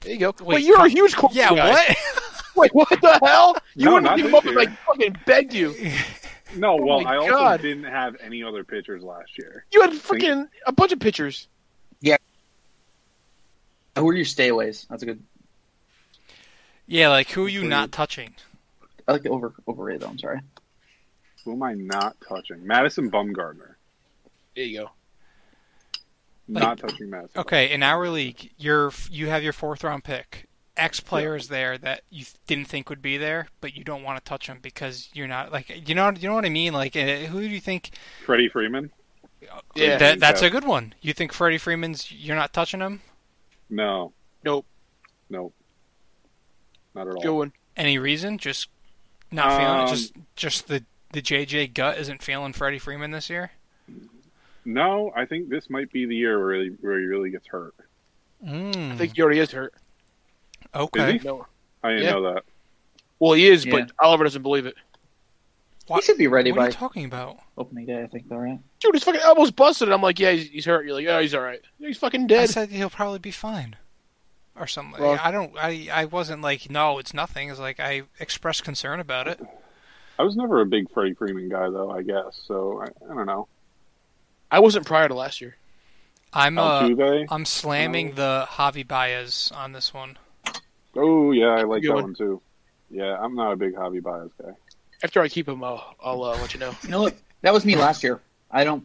S5: there you go. Wait,
S4: Wait,
S5: you're a huge Corbin
S4: yeah,
S5: guy.
S4: what?
S5: Wait, what the hell? You
S6: No,
S5: wouldn't
S6: not
S5: give him
S6: this
S5: up if I
S6: year.
S5: fucking begged you.
S6: No,
S5: Oh
S6: well,
S5: my
S6: I also
S5: God.
S6: didn't have any other pitchers last year.
S5: You had freaking a bunch of pitchers.
S8: Who are your stayaways? That's a good.
S4: yeah, like who are you not touching?
S8: I like the over overrated though. I'm sorry.
S6: Who am I not touching? Madison Bumgarner.
S5: There you go.
S6: not touching Madison.
S4: Okay, in our league, you're you have your fourth round pick. X player is there that you th- didn't think would be there, but you don't want to touch him because you're not like you know you know what I mean. Like, eh, who do you think?
S6: Freddie Freeman.
S5: Yeah.
S4: that, that's
S6: yeah.
S4: a good one. You think Freddie Freeman's? You're not touching him.
S6: No,
S5: Nope.
S6: no, not at all.
S5: Good one.
S4: Any reason? Just not feeling
S6: Um,
S4: it? Just just the the JJ gut isn't feeling Freddie Freeman this year.
S6: No, I think this might be the year where he, where he really gets hurt.
S4: Mm,
S8: Hmm.
S5: I think he already is hurt.
S4: okay.
S6: Is
S5: No.
S6: I didn't
S5: Yeah.
S6: know that.
S5: Well, he is,
S8: Yeah.
S5: but Oliver doesn't believe it.
S4: Why-
S8: He should be ready
S4: What are
S8: by
S4: you talking about?
S8: opening day. I think though, right?
S5: Dude, his fucking elbow's busted. I'm like, yeah, he's, he's hurt. You're like, oh, he's all right. He's fucking
S4: I
S5: dead.
S4: said he'll probably be fine, or something.
S5: Wrong.
S4: I don't. I I wasn't like no, it's nothing. It's like I expressed concern about it.
S8: Oh,
S6: I was never a big Freddie Freeman guy, though. I guess so. I, I don't know.
S5: I wasn't prior to last year.
S4: I'm uh,
S6: Altuve.
S4: I'm slamming the Javi Baez on this one.
S6: oh yeah, I like
S5: Good
S6: that
S5: one.
S6: one too. Yeah, I'm not a big hobby bias guy.
S5: After I keep him, I'll, I'll uh, let you know.
S8: You know what? That was me last year. I don't.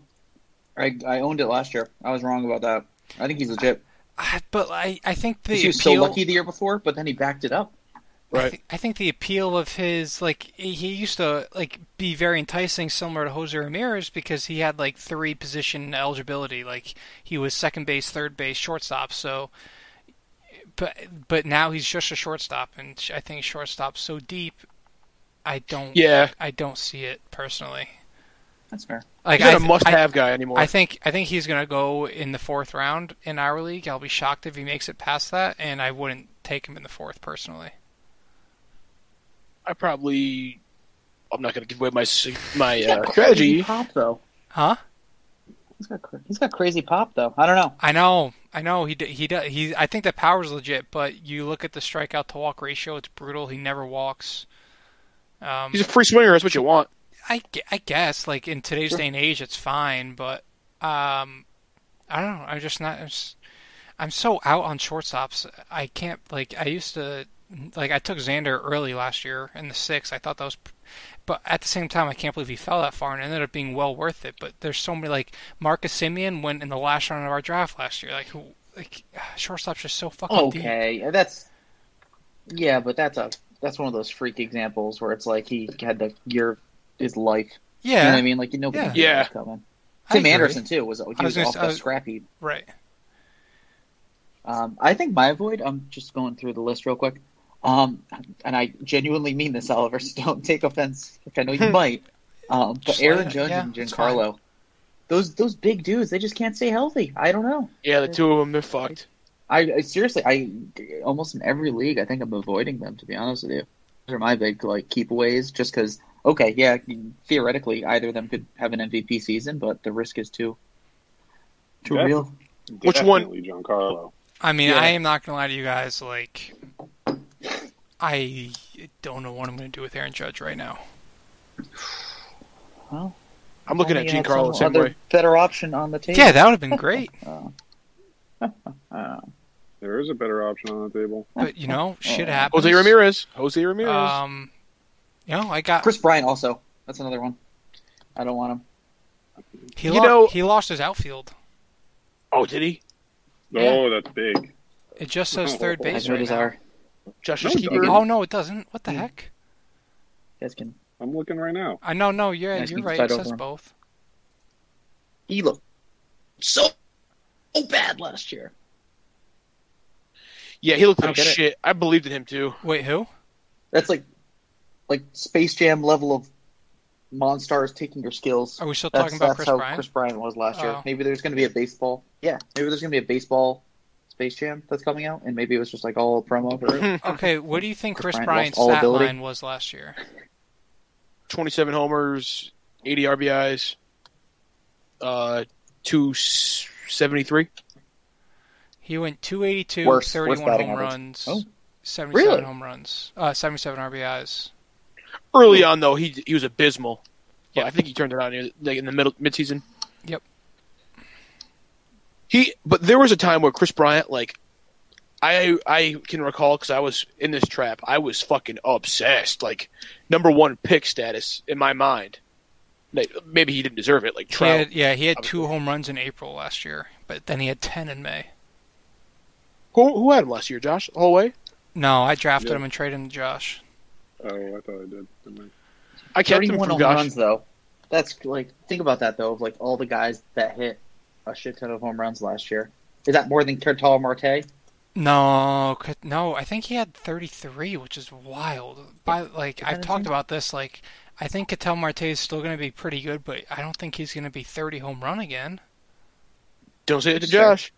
S8: I I owned it last year. I was wrong about that. I think he's legit.
S4: I, but I I think the
S8: He was so
S4: appeal.
S8: lucky the year before, but then he backed it up.
S4: I,
S5: Right.
S4: th- I think the appeal of his like he he used to like be very enticing, similar to Jose Ramirez, because he had like three position eligibility. Like he was second base, third base, shortstop. So, but but now he's just a shortstop, and sh- I think shortstop's so deep. I don't.
S5: Yeah.
S4: I don't see it personally.
S8: That's fair.
S4: Like
S5: He's not
S4: I
S5: a
S4: th-
S5: must
S4: I-
S5: have guy anymore.
S4: I think I think he's gonna go in the fourth round in our league. I'll be shocked if he makes it past that, and I wouldn't take him in the fourth personally.
S5: I probably. I'm not going to give away my s- my uh, strategy.
S8: Pop though.
S4: Huh?
S8: He's got cra- he's got crazy pop though. I don't know.
S4: I know, I know. He d- he does. He I think the power's legit, but you look at the strikeout to walk ratio; it's brutal. He never walks. Um,
S5: He's a free swinger. That's what you want.
S4: I, gu- I guess like in today's day and age, it's fine, but um, I don't know. I'm just not. I'm, s am so out on shortstops. I can't like I used to like I took Xander early last year in the sixth. I thought that was, p- but at the same time, I can't believe he fell that far and ended up being well worth it. But there's so many like Marcus Simeon went in the last round of our draft last year. Like who like shortstop's just so fucking deep.
S8: Okay, uh, that's yeah, but that's a that's one of those freak examples where it's like he had the year of his life. You know
S4: Yeah,
S8: what I mean? Like you know,
S4: Yeah.
S5: Yeah.
S8: coming.
S4: I
S8: Tim
S4: agree.
S8: Anderson too was he was,
S4: I was gonna
S8: off
S4: say-
S8: the
S4: I was-
S8: scrap heap.
S4: right.
S8: Um, I think my void. I'm just going through the list real quick, um, and I genuinely mean this, Oliver. So don't take offense, which I know you might. Um, but
S4: Just let
S8: Aaron
S4: it-
S8: Judge
S4: yeah,
S8: and
S4: it's fine.
S8: Giancarlo, those those big dudes, they just can't stay healthy. I don't know.
S5: Yeah, the two of them, they're fucked.
S8: I, I seriously, I almost in every league, I think I'm avoiding them. To be honest with you, those are my big like keepaways. Just because, okay, yeah, theoretically, either of them could have an MVP season, but the risk is too Too
S6: Yeah.
S8: real.
S5: Which one?
S6: Definitely Giancarlo.
S4: I mean,
S5: Yeah.
S4: I am not gonna lie to you guys. Like, I don't know what I'm gonna do with Aaron Judge right now.
S8: Well,
S5: I'm looking
S8: only
S5: at
S8: have
S5: Giancarlo the
S8: some
S5: same
S8: other
S5: way.
S8: better option on the table.
S4: Yeah, that would have been great.
S8: Uh,
S6: There is a better option on the table.
S4: But you know, shit happens.
S5: Jose Ramirez. Jose Ramirez.
S4: Um, you know, I got
S8: Chris Bryant also. That's another one. I don't want him.
S4: he.
S5: you
S4: lo-
S5: know-
S4: he lost his outfield.
S5: oh, did he?
S6: Oh, that's big.
S4: It just says
S6: No.
S4: third
S8: I have
S4: base
S8: no
S4: right now.
S8: desire.
S5: Josh
S6: No,
S5: Keeper.
S6: Doug.
S4: Oh no, it doesn't. What the
S5: Hmm.
S4: heck?
S8: You guys can.
S6: I'm looking right now.
S4: I know, no, you're
S8: Nice
S4: you're
S8: to
S4: right.
S8: start
S4: It says
S8: over.
S4: both.
S8: He looked so bad last year.
S5: Yeah, he looked
S8: I
S5: like
S8: get it.
S5: Oh, shit. I believed in him too.
S4: Wait, who?
S8: That's like, like Space Jam level of monstars taking your skills.
S4: Are we still
S8: That's,
S4: talking about
S8: that's
S4: Chris
S8: how
S4: Bryant?
S8: Chris Bryant was last year.
S4: Oh.
S8: Maybe there's going to be a baseball. Yeah, maybe there's going to be a baseball Space Jam that's coming out, and maybe it was just like all promo for it.
S4: Okay, what do you think Chris
S8: Chris Bryant
S4: Bryant's
S8: lost all
S4: stat
S8: ability.
S4: line was last year?
S5: 27 homers, 80 RBIs, uh, 273.
S4: He went 282,
S8: Worse- worse
S4: 31
S8: batting
S4: home
S8: average.
S4: runs,
S8: Oh.
S4: 77
S8: Really?
S4: home runs, uh, 77 RBIs.
S5: Early on, though, he he was abysmal. Yeah, I think he turned it on near- like in the middle midseason.
S4: Yep.
S5: He, but there was a time where Chris Bryant, like, I I can recall because I was in this trap. I was fucking obsessed, like number one pick status in my mind. Like, Maybe he didn't deserve it, like
S4: He
S5: Trout.
S4: had, yeah, he had two
S5: Obviously.
S4: home runs in April last year, but then he had 10 in May.
S5: Who, who had him last year? Josh Holloway.
S4: No, I drafted
S6: Yeah.
S4: him and traded him to Josh.
S6: Oh, I thought I did. Never mind.
S5: I kept him
S8: Thirty-one
S5: from
S8: home
S5: Josh.
S8: runs though. That's like think about that though of like all the guys that hit a shit ton of home runs last year. Is that more than Kertal Marte?
S4: No, c- no, I think he had 33, which is wild. By like I've talked about this like I think Cattell Marte is still going to be pretty good, but I don't think he's going to be 30 home run again.
S5: Don't say it to
S8: Sure.
S5: Josh.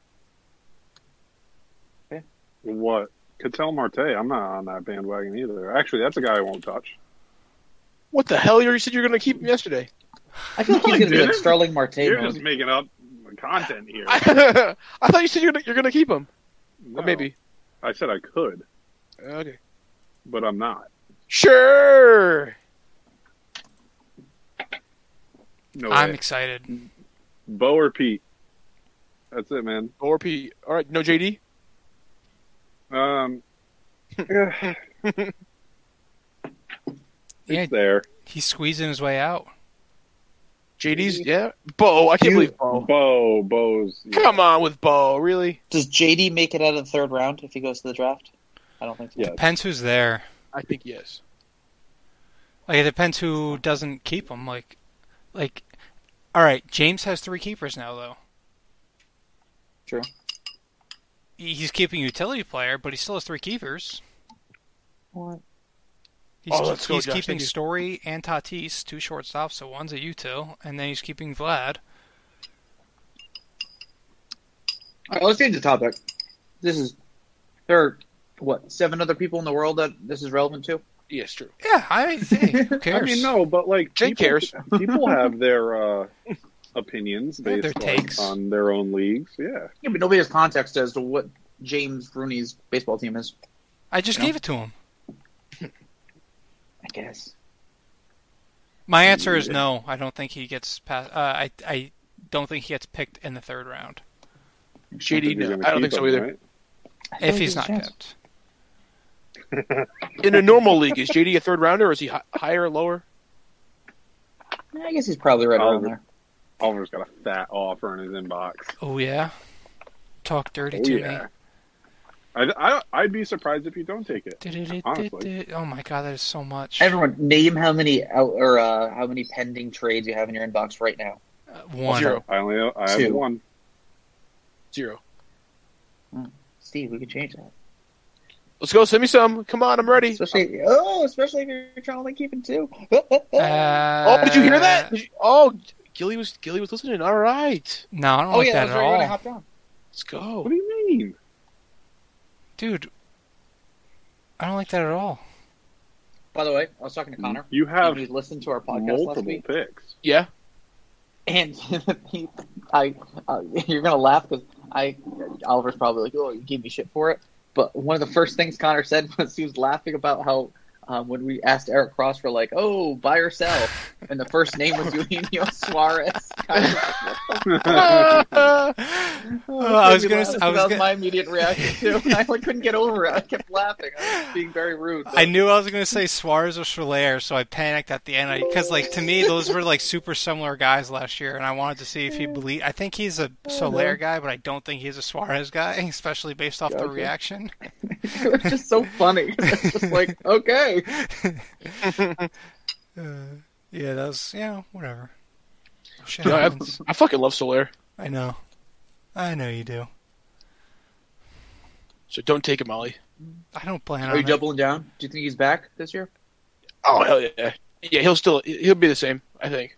S6: What? Cattell Marte. I'm not on that bandwagon either. Actually, that's a guy I won't touch.
S5: What the hell? You said you were going to keep him yesterday.
S8: I feel like
S6: No,
S8: he's
S6: he
S8: going to be like
S6: didn't.
S8: Starling Marte.
S6: You're
S8: mode.
S6: just making up content here.
S5: I, thought you said you're, you're going to keep him.
S6: No.
S5: Or maybe.
S6: I said I could,
S5: Okay.
S6: but I'm not.
S5: Sure.
S6: No
S4: I'm
S6: way.
S4: excited.
S6: Bo or Pete. That's it, man.
S5: Or P. All right. No JD.
S6: Um,
S4: Yeah,
S6: it's there.
S4: he's squeezing his way out.
S5: JD's. Yeah. Bo. I can't believe Bo.
S6: Bo, Bo's.
S5: Come on with Bo. Really?
S8: Does JD make it out of the third round if he goes to the draft? I don't think so.
S6: Yeah.
S4: Depends who's there.
S5: I think yes.
S4: Like it depends who doesn't keep him. Like, like, all right. James has three keepers now, though.
S8: True.
S4: He- He's keeping a utility player, but he still has three keepers.
S8: What?
S4: He's,
S5: Oh, let's go,
S4: he's
S5: Josh.
S4: keeping
S5: Thank you.
S4: Story and Tatis, two shortstops, so one's at U2, and then he's keeping Vlad.
S8: All right, let's change the topic. This is there are what seven other people in the world that this is relevant to.
S5: Yes. True.
S4: Yeah, I mean, hey, who
S6: I
S4: cares?
S6: mean, no, but like
S5: Jake
S6: people,
S5: cares.
S6: people have their uh, opinions
S4: Yeah,
S6: based
S4: their
S6: on-
S4: takes.
S6: on their own leagues. Yeah,
S8: Yeah, but nobody has context as to what James Rooney's baseball team is.
S4: I just
S8: No.
S4: gave it to him.
S8: I guess.
S4: My answer is no. I don't think he gets past. Uh, I I don't think he gets picked in the third round
S5: JD.
S6: you're
S5: No.
S6: gonna
S5: I don't
S6: keep
S5: think so
S6: him,
S5: either.
S6: right?
S4: if he's not kept.
S5: In a normal league, is JD a third rounder or is he hi- higher or lower?
S8: I guess he's probably right around
S6: Oh.
S8: there.
S6: Oliver's got a fat offer in his inbox.
S4: Oh yeah, talk dirty
S6: Oh
S4: to me.
S6: yeah. I, I, I'd be surprised if you don't take it. Honestly.
S4: Did-did-did-did-did. Oh my god, that is so much.
S8: Everyone, name how many out or uh, how many pending trades you have in your inbox right now.
S4: Uh, One.
S5: Zero.
S6: I only I have
S8: Two.
S6: one.
S5: Zero.
S8: Steve, we can change that.
S5: Let's go. Send me some. Come on. I'm ready.
S8: Especially oh, especially if you're trying to like keep it too.
S4: Uh,
S5: oh, did you hear that? Did you- oh, Gilly was Gilly was listening. All right.
S4: No, I don't
S8: oh
S4: like
S8: yeah,
S4: that
S8: that's
S4: at
S8: right when I
S4: all,
S8: hopped on.
S5: Let's go.
S6: What do you mean?
S4: dude. I don't like that at all.
S8: By the way, I was talking to Connor.
S6: You have
S8: He listened to our podcast last
S6: multiple
S8: week.
S6: picks.
S5: Yeah.
S8: and he, I, uh, you're gonna laugh because I, Oliver's probably like, "Oh, you gave me shit for it." But one of the first things Connor said was he was laughing about how um, when we asked Eric Cross for like, "Oh, buy or sell," and the first name was Eugenio Suarez. Connor's like,
S4: Oh, I was
S8: "What?"
S4: gonna.
S8: That
S4: I was
S8: that
S4: gonna.
S8: my immediate reaction too. I like, couldn't get over it. I kept laughing. I was being very rude.
S4: I knew I was going to say Suarez or Soler, so I panicked at the end because, like, to me, those were like super similar guys last year, and I wanted to see if he believed. I think he's a Soler guy, but I don't think he's a Suarez guy, especially based off the
S8: Gotcha.
S4: reaction.
S8: it was just so funny. It's just like, okay,
S4: Uh, yeah, that was you know whatever. Shit
S5: No, I,
S4: happens.
S5: I fucking love Solaire,
S4: I know, I know you do.
S5: so don't take him, Ollie.
S4: I don't plan
S8: are
S4: on
S8: you
S4: it.
S8: doubling down? Do you think he's back this year?
S5: Oh hell yeah, yeah. He'll still he'll be the same. I think.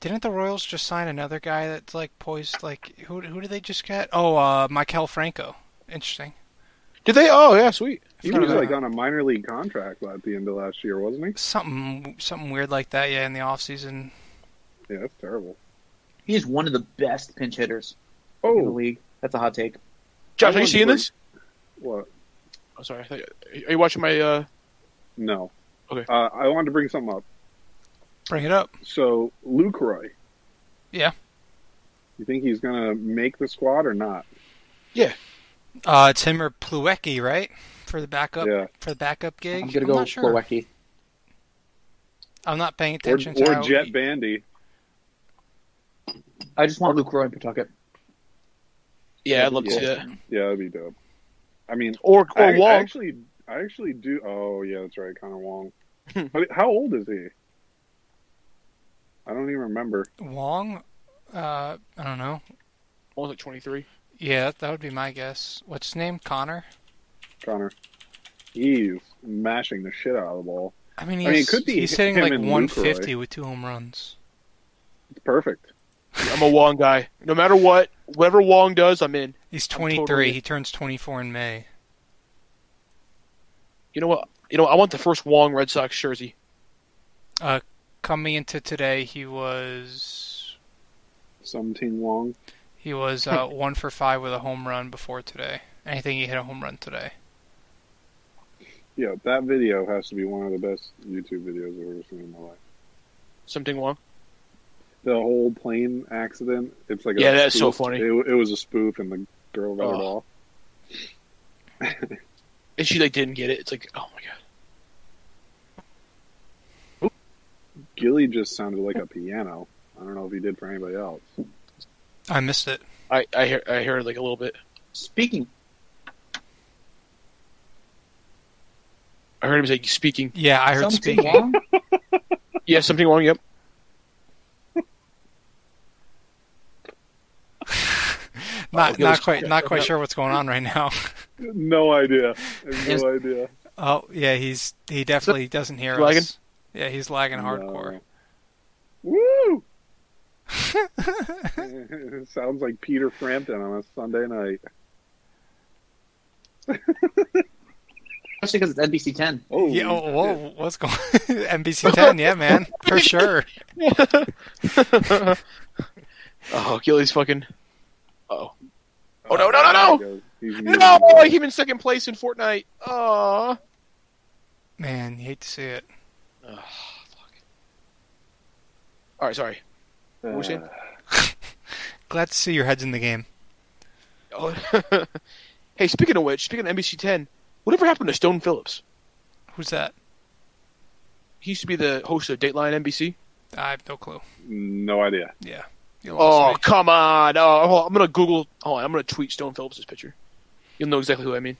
S4: Didn't the Royals just sign another guy that's like poised? Like who? Who did they just get? Oh, uh, Michael Franco. Interesting.
S5: Did they? Oh yeah, sweet.
S6: He
S4: Forgot
S6: was
S4: about
S6: like
S4: that.
S6: on a minor league contract at the end of last year, wasn't
S4: Something, something weird like that. Yeah, in the off season.
S6: he? Yeah, that's terrible.
S8: He is one of the best pinch hitters in the
S6: Oh,
S8: league. That's a hot take.
S5: Josh, are you seeing this?
S6: what?
S5: Oh, sorry. I thought- Are you watching my? uh
S6: No.
S5: Okay.
S6: Uh, I wanted to bring something up.
S4: Bring it up.
S6: So Lucroy.
S4: Yeah.
S6: You think he's gonna make the squad or not?
S4: Uh, it's him or Pluecki, right? For the backup,
S6: Yeah.
S4: for the backup gig.
S8: I'm gonna go
S4: not sure.
S8: Plawecki.
S4: I'm not paying
S6: Or,
S4: attention to
S6: or
S4: how-
S6: Jet Bandy.
S8: I just want Luke Roy and Pawtucket.
S5: Yeah, I'd love to
S6: Yeah.
S5: see that.
S6: Yeah, that'd be dope. I mean,
S5: Or
S6: I,
S5: or
S6: I
S5: Wong.
S6: actually, I actually do. Oh yeah, that's right, Connor Wong. But How old is he? I don't even remember.
S4: Wong. Uh, I don't know.
S5: Wong's like twenty three.
S4: Yeah, that, that would be my guess. What's his name? Connor.
S6: Connor. He's mashing the shit out of the ball.
S4: I mean, he's,
S6: mean, it could be
S4: he's hitting
S6: him
S4: like
S6: and Lucroy.
S4: 150 with two home runs.
S6: It's perfect.
S5: I'm a Wong guy. No matter what, whatever Wong does, I'm in.
S4: He's
S5: I'm
S4: 23.
S5: totally-
S4: He turns 24 in May.
S5: You know what? You know I want the first Wong Red Sox jersey.
S4: Coming into today, he was
S6: Seventeen long.
S4: he was uh, one for five with a home run before today. And I think he hit a home run today.
S6: Yeah, that video has to be one of the best YouTube videos I've ever seen in my life.
S5: Something Wong.
S6: The whole plane accident. It's like a
S5: Yeah, that's so
S6: spoof.
S5: funny.
S6: It, it was a spoof, and the girl got it
S5: Oh.
S6: off.
S5: And she like didn't get it. It's like, oh my god.
S6: Gilly just sounded like a piano. I don't know if he did for anybody else.
S4: I missed it.
S5: I I hear I hear like a little bit.
S8: Speaking,
S5: I heard him say speaking.
S4: Yeah, I heard
S8: something
S4: speaking.
S8: wrong?
S5: Yeah, something wrong. Yep.
S4: Not not
S5: it was-
S4: quite not quite sure what's going on right now.
S6: No idea. I have no idea.
S4: Oh yeah, he's he definitely doesn't hear
S5: lagging?
S4: us. Yeah, he's lagging hardcore.
S6: No. Woo! It sounds like Peter Frampton on a Sunday night.
S8: especially because it's NBC 10.
S6: Oh,
S4: Yeah, oh, whoa, what's going? NBC Ten, yeah, man, for sure.
S5: Oh, Gilly's fucking. Oh.
S6: Oh,
S5: no, no, no, no!
S6: He's muted.
S5: No, I came in second place in Fortnite. Aww.
S4: Man, you hate to see it.
S5: All right, sorry. What
S6: Uh,
S5: were we saying?
S4: Glad to see your heads in the game.
S5: Oh. hey, speaking of which, speaking of NBC 10, whatever happened to Stone Phillips?
S4: Who's that?
S5: He used to be the host of Dateline NBC.
S4: I have no clue.
S6: No idea.
S4: Yeah. You
S5: Oh,
S4: lost me.
S5: come on. Oh, hold on. I'm going to Google. Hold on. I'm going to tweet Stone Phillips' picture. You'll know exactly who I mean.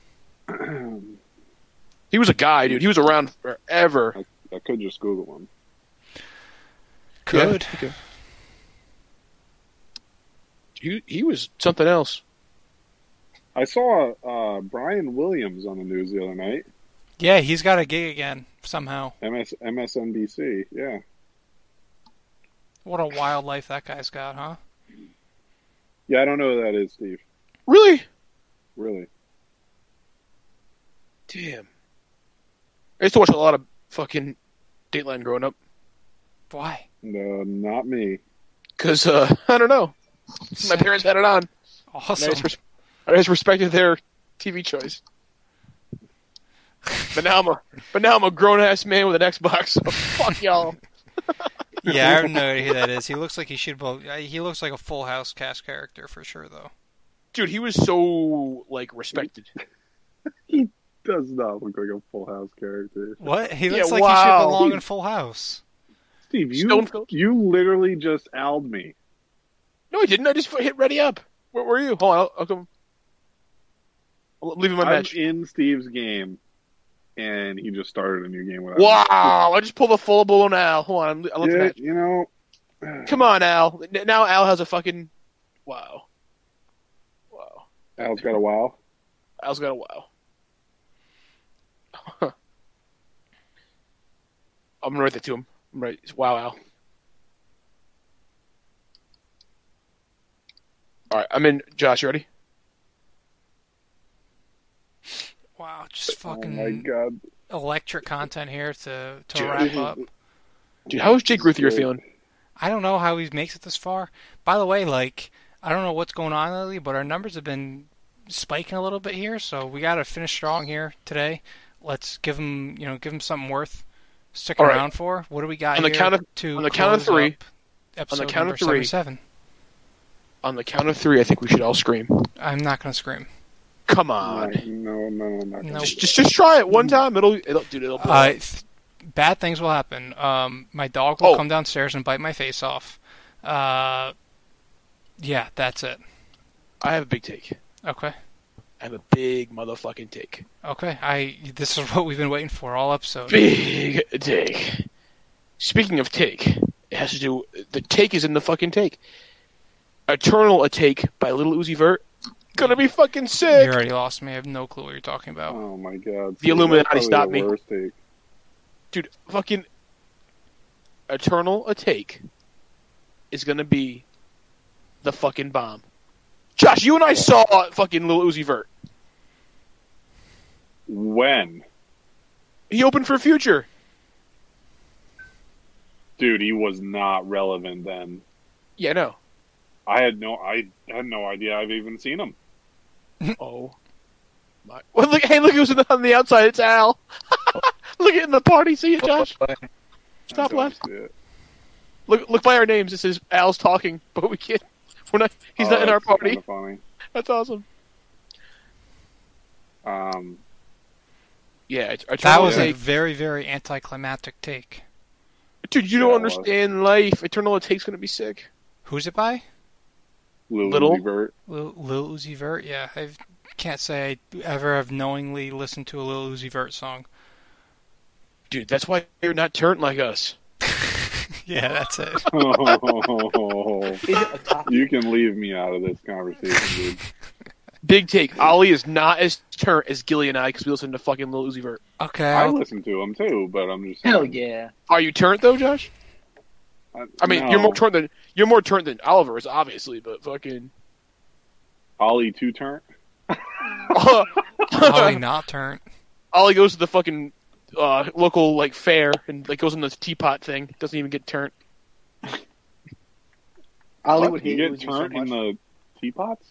S5: he was a guy, dude. He was around forever.
S6: I could just Google him.
S4: good.
S5: Yeah, okay. He, he was something else.
S6: I saw uh, Brian Williams on the news the other night.
S4: Yeah, he's got a gig again somehow.
S6: MS, MSNBC. Yeah.
S4: What a wild life that guy's got, huh?
S6: Yeah, I don't know who that is, Steve.
S5: Really?
S6: Really.
S5: Damn. I used to watch a lot of fucking Dateline growing up.
S4: Why?
S6: No, not me.
S5: because uh, I don't know. My
S4: Sick.
S5: parents had it on. And I,
S4: Awesome.
S5: just res- I just respected their TV choice. But now I'm a but now I'm a grown ass man with an Xbox. So fuck y'all.
S4: yeah, I don't know who that is. He looks like he should. Well, he looks like a Full House cast character for sure, though.
S5: Dude, he was so like respected.
S6: Does not look like a Full House character.
S4: What? He
S5: Yeah,
S4: looks like he
S5: wow.
S4: should belong in Full House.
S6: Steve, you
S5: Stone Cold.
S6: you literally just owled me.
S5: No, I didn't. I just hit ready up. Where were you? Hold on. I'll, I'll come. I'll leave him my
S6: I'm
S5: match.
S6: in Steve's game, and he just started a new game without. me.
S5: Wow! I just pulled a full blown Al. Hold on. I'm, I love the
S6: Yeah,
S5: match.
S6: you know,
S5: Come on, Al. N- Now Al has a fucking wow. Wow.
S6: Al's got a wow.
S5: Al's got a wow. I'm gonna write that to him. I'm right. Wow, Al. All right, I'm in. Josh, you ready?
S4: Wow, just
S6: Oh my
S4: fucking
S6: god,
S4: electric content here to to
S5: Dude.
S4: wrap up.
S5: Dude, how is Jake Ruthier feeling?
S4: I don't know how he makes it this far. By the way, like I don't know what's going on lately, but our numbers have been spiking a little bit here, so we got to finish strong here today. Let's give him, you know, give him something worth sticking
S5: All right.
S4: around for. What do we got
S5: On the
S4: here
S5: count of-
S4: to
S5: on the count of
S4: close
S5: three.
S4: up Episode
S5: count of
S4: number
S5: three.
S4: 77?
S5: On the count of three, I think we should all scream.
S4: I'm not gonna scream.
S5: Come on.
S6: no, no, no, I'm not gonna-
S4: No.
S5: Just, just, just try it one time. It'll, it'll, dude, it'll.
S4: Uh, th- bad things will happen. Um, my dog will
S5: Oh.
S4: come downstairs and bite my face off. Uh, yeah, that's it.
S5: I have a big take.
S4: Okay,
S5: I have a big motherfucking take.
S4: okay. I this is what we've been waiting for all episode.
S5: Big take. Speaking of take, it has to do. The take is in the fucking take. Eternal a take by Little Uzi Vert. Gonna be fucking
S4: You
S5: sick.
S4: already lost me. I have no clue what you're talking about.
S6: Oh my god,
S5: The Illuminati stopped me.
S6: me.
S5: dude, fucking Eternal a take is gonna be the fucking bomb. Josh, you and I saw fucking Little Uzi Vert.
S6: When,
S5: He opened for Future.
S6: dude, he was not relevant then.
S5: Yeah, no.
S6: I had no, I had no idea I've even seen him.
S5: Oh. My. Well, look, hey, look who's in the- on the outside. It's Al. look at in the party. See it, Josh? Stop
S6: I don't
S5: laughing.
S6: see it.
S5: Look, look by our names. This is Al's talking, but we can't. We're not. He's
S6: Oh,
S5: not in our
S6: that's
S5: party.
S6: kinda funny.
S5: That's awesome.
S6: Um,
S5: Yeah, it's,
S4: That was a
S5: like,
S4: very, very anticlimactic take.
S5: dude. You
S6: Yeah,
S5: don't
S6: it was.
S5: understand life. Eternal Take's gonna be sick.
S4: Who's it by?
S6: Lil
S5: Little?
S6: Uzi Vert.
S4: Lil, Lil Uzi Vert. Yeah, I can't say I ever have knowingly listened to a Lil Uzi Vert song.
S5: Dude, that's why you're not turned like us.
S4: Yeah, that's it.
S8: Is it a top?
S6: you can leave me out of this conversation, dude.
S5: Big take. Ollie is not as turnt as Gilly and I because we listen to fucking Lil Uzi Vert.
S4: Okay,
S6: I
S4: I'll-
S6: listen to him too, but I'm just
S8: Hell yeah.
S5: Are you turnt though, Josh? I mean, you're more turnt than you're more turnt than Oliver is obviously, but fucking.
S6: Ollie two turn.
S4: probably not turn.
S5: Ollie goes to the fucking uh, local like fair and like goes on this teapot thing. Doesn't even get turned.
S8: Ollie
S6: What?
S8: would
S6: You
S8: hate
S6: get
S8: Uzi so
S6: turnt in
S8: much.
S6: the teapots?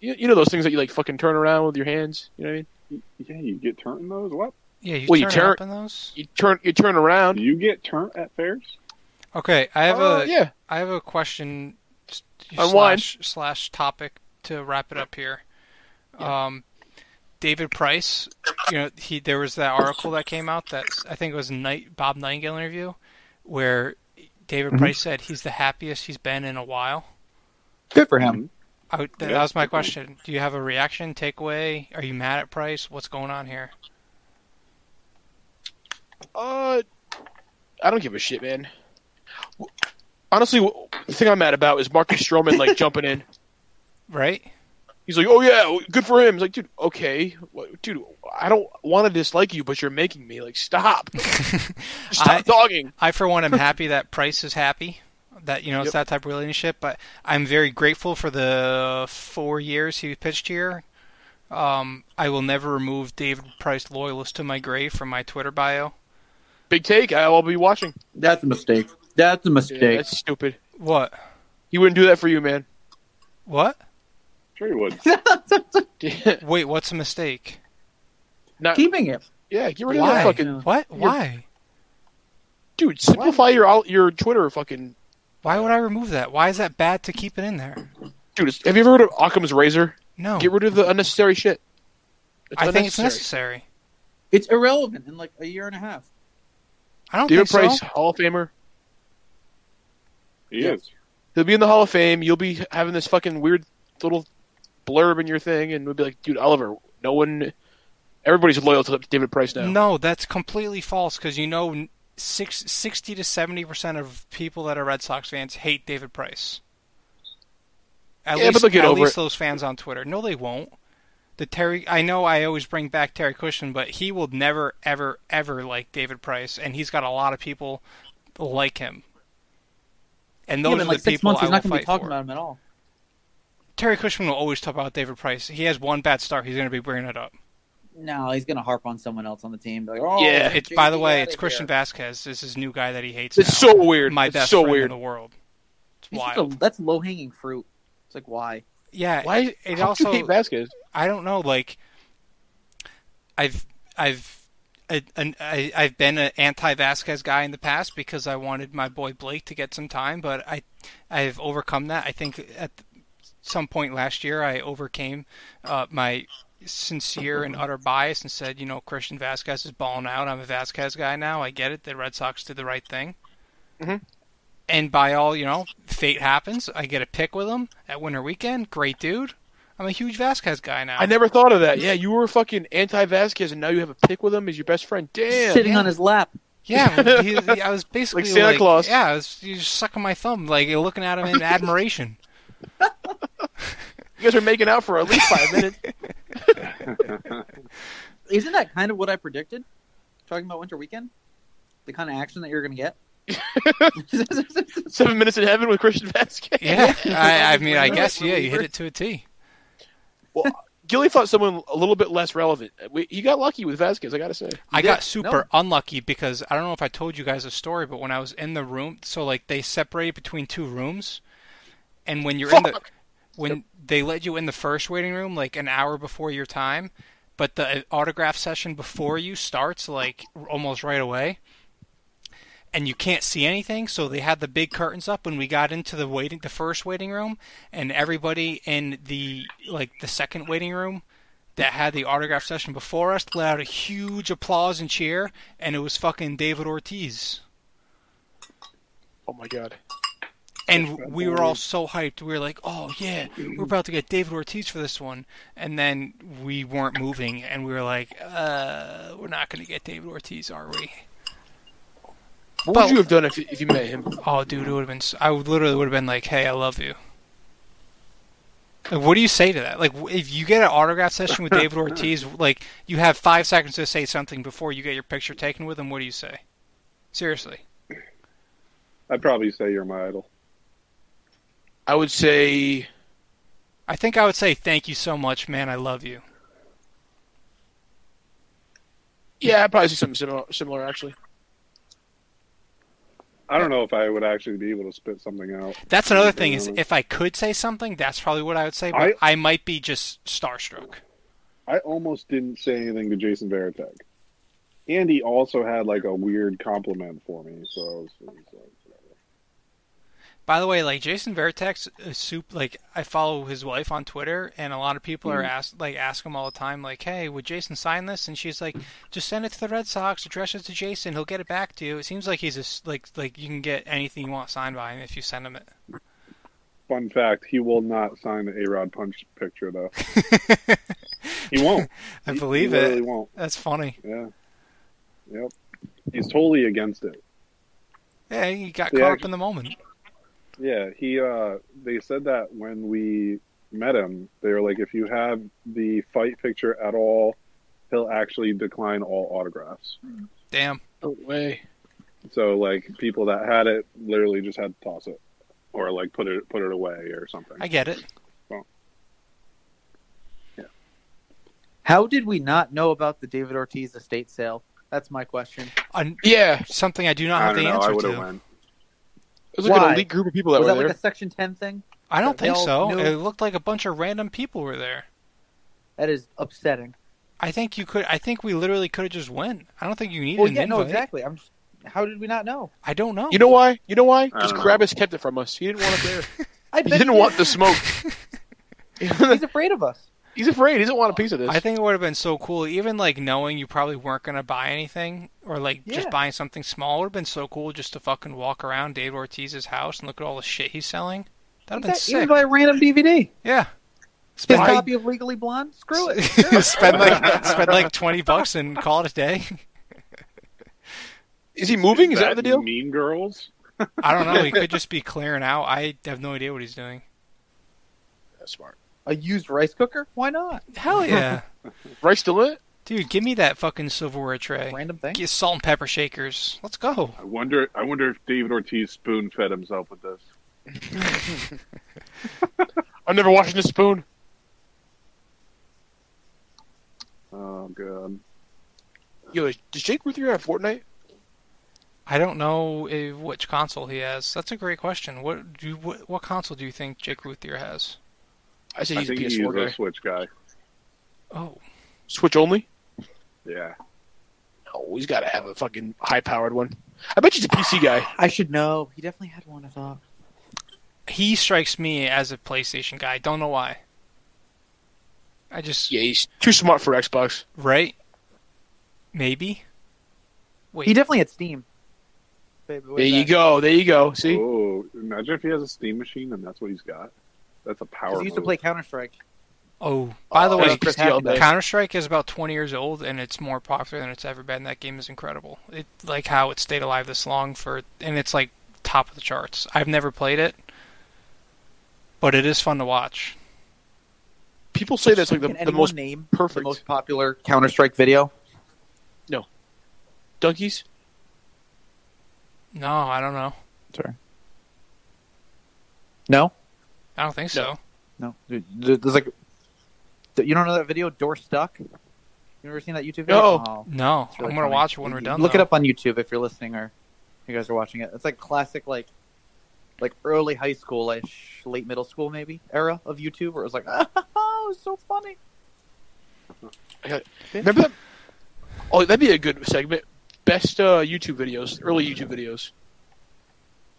S5: You, you know those things that you like fucking turn around with your hands. You know what I mean?
S6: Yeah, you get turnt in those. What?
S4: Yeah, you
S5: Well, you
S4: turn,
S5: turn-
S4: up in those.
S5: You turn you turn around.
S6: You get turnt at fairs?
S4: Okay, I have
S5: Uh,
S4: a
S5: yeah.
S4: I have a question s-
S5: Unwind.
S4: slash slash topic to wrap it up here. Um, David Price, you know, he there was that article that came out that I think it was a Night Bob Nightingale interview where David
S7: Mm-hmm.
S4: Price said he's the happiest he's been in a while.
S7: Good for him.
S4: I, would- that,
S6: Yeah,
S4: that was my
S6: good one.
S4: question. Do you have a reaction takeaway? Are you mad at Price? What's going on here?
S5: Uh, I don't give a shit, man. Honestly, w- the thing I'm mad about is Marcus Stroman like jumping in.
S4: Right?
S5: He's like, "Oh yeah, good for him." He's like, "Dude, okay, What- dude, I don't want to dislike you, but you're making me like stop, stop
S4: I-
S5: dogging."
S4: I, for one, am happy that Price is happy. That you know, it's that type of relationship. But I'm very grateful for the four years he pitched here. Um, I will never remove David Price loyalist to my grave from my Twitter bio.
S5: Big take. I'll be watching.
S7: That's a mistake. That's a
S5: Yeah,
S7: mistake.
S5: that's stupid.
S4: What?
S5: He wouldn't do that for you, man.
S4: What?
S6: Sure you would.
S4: Wait, what's a mistake?
S5: Not,
S8: Keeping it.
S5: yeah, get rid of
S4: Why?
S5: that fucking
S4: what? Why?
S5: dude. Simplify your all your Twitter fucking
S4: Why would I remove that? Why is that bad to keep it in there?
S5: dude. it's- Have you ever heard of Occam's razor?
S4: No.
S5: Get rid of the unnecessary shit. It's
S4: I think it's
S5: unnecessary.
S4: necessary.
S8: It's irrelevant in like a year and a half.
S4: I don't
S5: David
S4: think
S5: Price,
S4: so.
S5: Hall of Famer.
S6: He
S5: Yeah.
S6: is.
S5: He'll be in the Hall of Fame. You'll be having this fucking weird little blurb in your thing, and we'll be like, dude, Oliver, no one, everybody's loyal to David Price now.
S4: No, that's completely false because you know n- six, 60 to 70% of people that are Red Sox fans hate David Price. At
S5: Yeah, but
S4: least,
S5: they'll get
S4: at
S5: over
S4: least
S5: it.
S4: those fans on Twitter. No, they won't. The Terry, I know I always bring back Terry Cushman, but he will never, ever, ever like David Price, and he's got a lot of people like him. And those
S8: Even
S4: are
S8: like
S4: the
S8: six
S4: people
S8: months,
S4: I
S8: he's not
S4: will
S8: going to be
S4: fight
S8: talking
S4: for.
S8: about him at all.
S4: Terry Cushman will always talk about David Price. He has one bad start. He's going to be bringing it up.
S8: No, he's going to harp on someone else on the team. Like, oh,
S5: Yeah,
S4: It's
S8: JD
S4: by the
S8: outta
S4: way, it's
S8: here.
S4: Christian Vasquez. This is new guy that he hates.
S5: It's
S4: now.
S5: so weird.
S4: my
S5: it's
S4: best
S5: so
S4: friend
S5: weird.
S4: in the world. It's
S8: He's just
S4: wild.
S8: a- that's low hanging fruit. It's like why?
S4: Yeah.
S5: Why?
S4: It
S5: how do
S4: also
S5: you hate Vasquez?
S4: I don't know. Like, I've I've I, an, I, I've been an anti Vasquez guy in the past because I wanted my boy Blake to get some time, but I I've overcome that. I think at some point last year I overcame uh, my sincere and utter bias and said, you know, Christian Vasquez is balling out. I'm a Vasquez guy now. I get it. The Red Sox did the right thing.
S5: Mhm.
S4: And by all, you know, fate happens. I get a pick with him at winter weekend. Great dude. I'm a huge Vasquez guy now.
S5: I never thought of that. Yeah, you were fucking anti Vasquez, and now you have a pick with him as your best friend. Damn.
S8: Sitting
S4: yeah.
S8: on his lap.
S4: Yeah, he, he- I was basically
S5: Like Santa Claus.
S4: Yeah, I was you just sucking my thumb, like looking at him in admiration.
S5: You guys are making out for at least five minutes.
S8: Isn't that kind of what I predicted? Talking about winter weekend, the kind of action that you're going to get.
S5: Seven minutes in heaven with Christian Vasquez.
S4: Yeah, I, I mean, I guess
S8: Reliever.
S4: yeah, you hit it to a T.
S5: Gilly thought someone a little bit less relevant. We, he got lucky with Vasquez, I gotta say.
S4: I
S8: did.
S4: got super unlucky because I don't know if I told you guys a story, but when I was in the room, so like they separated between two rooms, and when you're in the
S5: Fuck.
S4: when they let you in the first waiting room like an hour before your time, but the uh, autograph session before you starts like almost right away. And you can't see anything, so they had the big curtains up when we got into the waiting the first waiting room and everybody in the like the second waiting room that had the autograph session before us let out a huge applause and cheer and it was fucking David Ortiz.
S5: Oh my god.
S4: And we were all so hyped. We were like, "Oh yeah, we're about to get David Ortiz for this one." And then we weren't moving, and we were like, "Uh, we're not going to get David Ortiz, are we?"
S5: What
S4: But-
S5: would you have done if, if you met him?
S4: Oh, dude, it would have been. s- I would literally would have been like, "Hey, I love you." Like, what do you say to that? Like, w- if you get an autograph session with David Ortiz, like you have five seconds to say something before you get your picture taken with him. What do you say? Seriously,
S6: I'd probably say you're my idol.
S5: I would say
S4: I think I would say, "Thank you so much, man. I love you."
S5: Yeah, I'd probably say something similar, similar actually.
S6: I don't know if I would actually be able to spit something out.
S4: That's another thing is if I could say something, that's probably what I would say. But I, might be just starstruck.
S6: I almost didn't say anything to Jason Veritek. Andy also had like a weird compliment for me, so I was, it was uh, like, whatever.
S4: By the way, like Jason Veritek's uh, soup, like I follow his wife on Twitter, and a lot of people
S6: Mm-hmm.
S4: are asked, like ask him all the time, like, "Hey, would Jason sign this?" And she's like, "Just send it to the Red Sox, address it to Jason, he'll get it back to you." It seems like he's just like like you can get anything you want signed by him if you send him it.
S6: fun fact: he will not sign the A Rod punch picture though. he won't.
S4: I
S6: He-
S4: believe
S6: he literally
S4: it.
S6: won't.
S4: That's funny.
S6: Yeah. Yep. He's totally against it.
S4: Yeah, he got
S6: Yeah,
S4: caught up
S6: actually-
S4: in the moment.
S6: Yeah, he uh they said that when we met him, they were like if you have the fight picture at all, he'll actually decline all autographs.
S4: Damn.
S5: No way.
S6: So like people that had it literally just had to toss it or like put it put it away or something.
S4: I get it.
S8: How did we not know about the David Ortiz estate sale? That's my question.
S4: Un-
S5: Yeah.
S4: something I do not
S6: I
S4: have
S6: don't
S4: the
S6: know, I
S4: answer
S6: would
S4: to.
S6: have went.
S5: was like
S8: Why?
S5: an elite group of people that
S8: was
S5: were
S8: that
S5: there.
S8: like a Section Ten thing?
S4: I don't
S8: They
S4: think
S8: all
S4: so.
S8: knew-
S4: It looked like a bunch of random people were there.
S8: That is upsetting.
S4: I think you could. I think we literally could have just went. I don't think you needed
S8: Well,
S4: an
S8: yeah,
S4: invite.
S8: no, exactly. I'm. Just, how did we not know?
S4: I don't know.
S5: You know why? You know why?
S6: don't
S5: Because
S6: know.
S5: Krabbis kept it from us. He didn't want it there.
S8: I
S5: He
S8: bet
S5: didn't
S8: he-
S5: want the smoke.
S8: He's afraid of us.
S5: He's afraid. He doesn't want a piece of this.
S4: I think it would have been so cool, even like knowing you probably weren't gonna buy anything or like
S8: Yeah.
S4: just buying something small would have been so cool just to fucking walk around Dave Ortiz's house and look at all the shit he's selling. That'd have been
S8: That- Even
S4: sick.
S8: by a random DVD.
S4: yeah.
S8: His
S4: Spend like,
S8: copy of Legally Blonde. Screw it.
S4: spend like spend like twenty bucks and call it a day.
S5: Is he moving? Is, that, the deal?
S6: Mean Girls.
S4: I don't know. He could just be clearing out. I have no idea what he's doing.
S5: That's smart.
S8: A used rice cooker? Why not?
S4: Hell yeah,
S5: Rice still in it?
S4: dude! Give me that fucking silverware tray.
S8: Random thing.
S4: Get salt and pepper shakers. Let's go.
S6: I wonder. I wonder if David Ortiz spoon fed himself with this.
S5: I'm never washing this spoon.
S6: Oh god.
S5: Yo, is- does Jake Ruthier have Fortnite?
S4: I don't know eh, which console he has. That's a great question. What do you, what, what console do you think Jake Ruthier has?
S5: I say
S6: I
S5: he's a
S6: think he's
S5: PS4
S6: a
S5: guy.
S6: Switch guy.
S4: Oh,
S5: Switch only?
S6: Yeah.
S5: No, he's got to have a fucking high-powered one. I bet he's a PC guy.
S8: I should know. He definitely had one. I thought.
S4: he strikes me as a PlayStation guy. Don't know why. I just
S5: Yeah, he's too smart for Xbox.
S4: right. Maybe. Wait.
S8: He definitely had Steam. Baby, way
S5: There you
S8: back.
S5: go. There you go. See?
S6: Oh, imagine if he has a Steam machine and that's what he's got. That's a
S8: 'Cause
S6: power.
S8: He used to
S6: move.
S8: play Counter Strike.
S4: oh, by the
S5: Oh,
S4: way,
S5: that's Christy all day.
S4: Counter Strike is about 20 years old, and it's more popular than it's ever been. That game is incredible. It like how it stayed alive this long for, and it's like top of the charts. I've never played it, but it is fun to watch.
S5: People say that's like the,
S8: Can
S5: the
S8: anyone
S5: most
S8: name the
S5: perfect.
S8: most popular Counter Strike video?
S5: Donkeys?
S4: No, I don't know.
S8: No,
S4: I don't think
S5: No.
S4: so.
S8: no. Dude, th- There's like, th- you don't know that video Door Stuck. You ever seen that YouTube video?
S5: No.
S8: Oh,
S4: No,
S8: it's really
S4: I'm gonna
S8: funny.
S4: watch it when we're
S8: You-
S4: done.
S8: Look
S4: though.
S8: it up on YouTube if you're listening or you guys are watching it. It's like classic, like like early high school ish, late middle school maybe era of YouTube, where it was like, oh, it's so funny.
S5: Remember that? Oh, that'd be a good segment. Best uh, YouTube videos, early YouTube videos.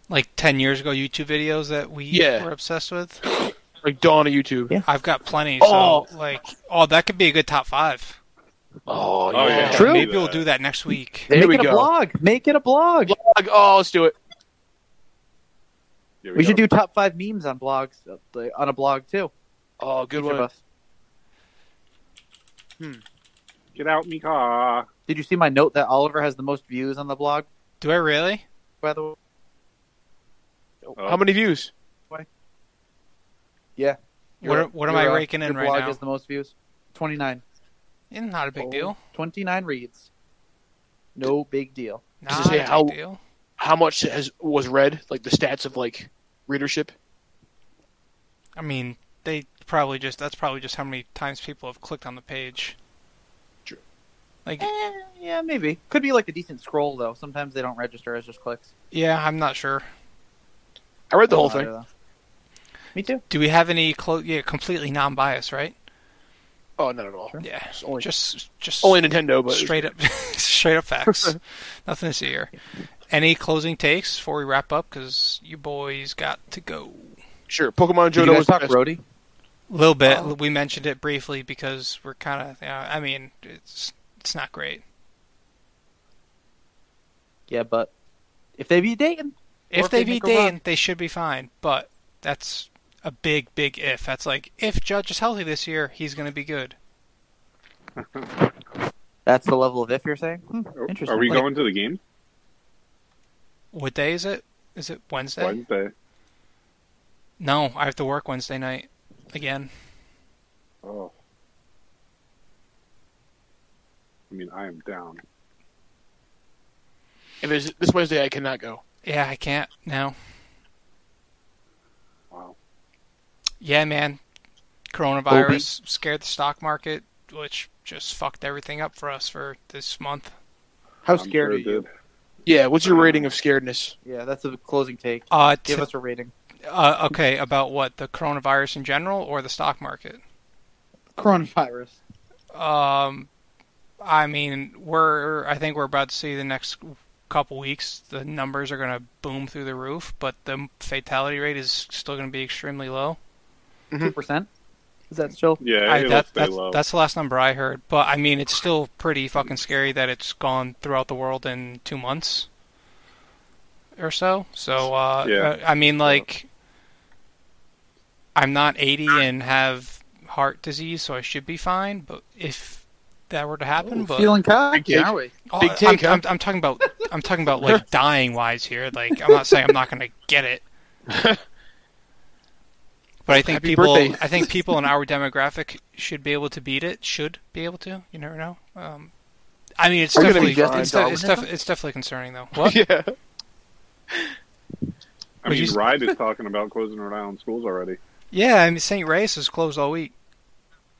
S4: like 10 years ago YouTube videos that we
S5: Yeah.
S4: were obsessed with.
S5: Like dawn of YouTube.
S8: Yeah.
S4: I've got plenty,
S5: Oh.
S4: so like, oh, that could be a good top five.
S5: Oh,
S6: Oh, yeah.
S8: True.
S4: Maybe we'll do that next week.
S5: There
S8: Make
S5: we
S8: it
S5: go.
S8: a blog. Make it a blog.
S5: Blog. Oh, let's do it.
S6: Here
S8: We should
S6: go.
S8: do top five memes on blogs uh, like, on a blog too.
S5: Oh, good
S8: Each of
S5: one.
S8: us.
S6: Get out, Oh, me car.
S8: Did you see my note that Oliver has the most views on the blog?
S4: Do I really?
S8: By the way,
S4: Oh.
S5: How many views?
S4: What,
S8: Your-
S4: what am I
S8: your, uh,
S4: raking in
S8: your
S4: right
S8: blog
S4: now?
S8: Is the most views? Twenty nine.
S4: Eh, Not a
S5: Oh.
S4: big deal.
S8: 29 reads. No big deal.
S5: Does it
S4: Not
S5: say
S4: a big
S5: how-
S4: deal.
S5: How much has was read? Like the stats of like readership.
S4: I mean, they probably just that's probably just how many times people have clicked on the page.
S5: True.
S4: Like,
S8: Eh, yeah, maybe. Could be like a decent scroll though. Sometimes they don't register as just clicks.
S4: yeah, I'm not sure.
S5: I read the whole
S8: Doesn't
S5: thing.
S8: matter, though. Me too.
S4: Do we have any clo- yeah, completely non-biased, right?
S5: Oh, not at all.
S4: Yeah.
S5: It's only
S4: Just just
S5: only Nintendo, but
S4: straight up straight up facts nothing this year any closing takes before we wrap up because you boys got to go
S5: sure. Pokemon
S8: Did you
S5: Johto
S8: guys
S5: was
S8: talk
S5: best.
S8: roadie?
S4: a little bit we mentioned it briefly because we're kind of i mean it's it's not great
S8: Yeah, but if they beat Dayton,
S4: if
S8: if
S4: they
S8: they
S4: beat
S8: make a run.
S4: Dayton, they should be fine but that's a big big if that's like if judge is healthy this year he's going to be good
S8: that's the level of if you're saying. Hmm,
S6: Are-
S8: interesting.
S6: Are we
S8: Like,
S6: going to the game
S4: what day is it is it wednesday
S6: Wednesday?
S4: no i have to work wednesday night again
S6: Oh. I mean, I am down.
S5: If it's this Wednesday, I cannot go.
S4: yeah i can't now
S6: Wow.
S4: Yeah, man. Coronavirus scared the stock market, which just fucked everything up for us for this month.
S8: How
S6: I'm
S8: scared
S6: sure
S8: are
S6: it
S8: you?
S6: did.
S5: Yeah, what's
S8: Oh.
S5: your rating of scaredness?
S7: Yeah, that's a closing take.
S4: Uh, t-
S7: Give us a rating.
S4: uh, okay, about what the coronavirus in general or the stock market?
S7: Coronavirus.
S4: Um, I mean, we're I think we're about to see the next couple weeks the numbers are going to boom through the roof, but the fatality rate is still going to be extremely low.
S6: Mm-hmm.
S7: Two percent. Is that still?
S6: Yeah,
S4: I,
S6: it'll
S4: that,
S6: stay
S4: that's,
S6: low.
S4: that's the last number I heard, but I mean, it's still pretty fucking scary that it's gone throughout the world in two months or so. So, uh,
S6: Yeah.
S4: I mean, like, I'm not 80 and have heart disease, so I should be fine. But if that were to happen, but
S7: Feeling cocky,
S5: Big
S7: are we?
S4: Oh,
S5: big
S4: I'm,
S5: take, huh?
S4: I'm, I'm talking about I'm talking about like dying wise here. Like, I'm not saying I'm not going to get it. But I think
S5: Happy
S4: people,
S5: birthday.
S4: I think people in our demographic should be able to beat it. Should be able to. You never know. Um, I mean, it's
S5: Are you gonna
S4: definitely
S5: be
S4: it's,
S5: fine,
S4: de- it's, def- it's definitely concerning though. What?
S5: yeah.
S6: I
S4: would
S6: mean,
S4: you s-
S6: Ride is talking about closing Rhode Island schools already.
S4: yeah, I mean, St. Ray's is closed all week.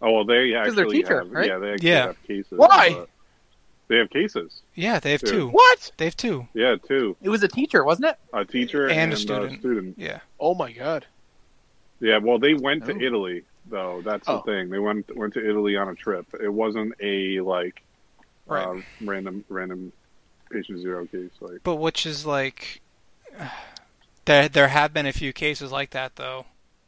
S6: Oh well, they
S7: they're
S6: actually
S7: teacher,
S6: have,
S7: right?
S6: yeah, they actually
S4: Yeah.
S6: have cases.
S5: Why?
S6: but- They have cases.
S4: Yeah, they have
S6: Dude.
S4: two.
S5: What?
S4: They have two.
S6: Yeah, two.
S7: It was a teacher, wasn't it?
S6: A teacher
S4: And
S6: and,
S4: a
S6: uh,
S4: student.
S6: student.
S4: Yeah.
S5: Oh my god.
S6: Yeah, well, they went
S7: Oh.
S6: to Italy though. That's
S5: Oh.
S6: the thing. They went went to Italy on a trip. It wasn't a like
S4: Right.
S6: uh, random random patient zero case. Like
S4: But which is like, there there have been a few cases like that though,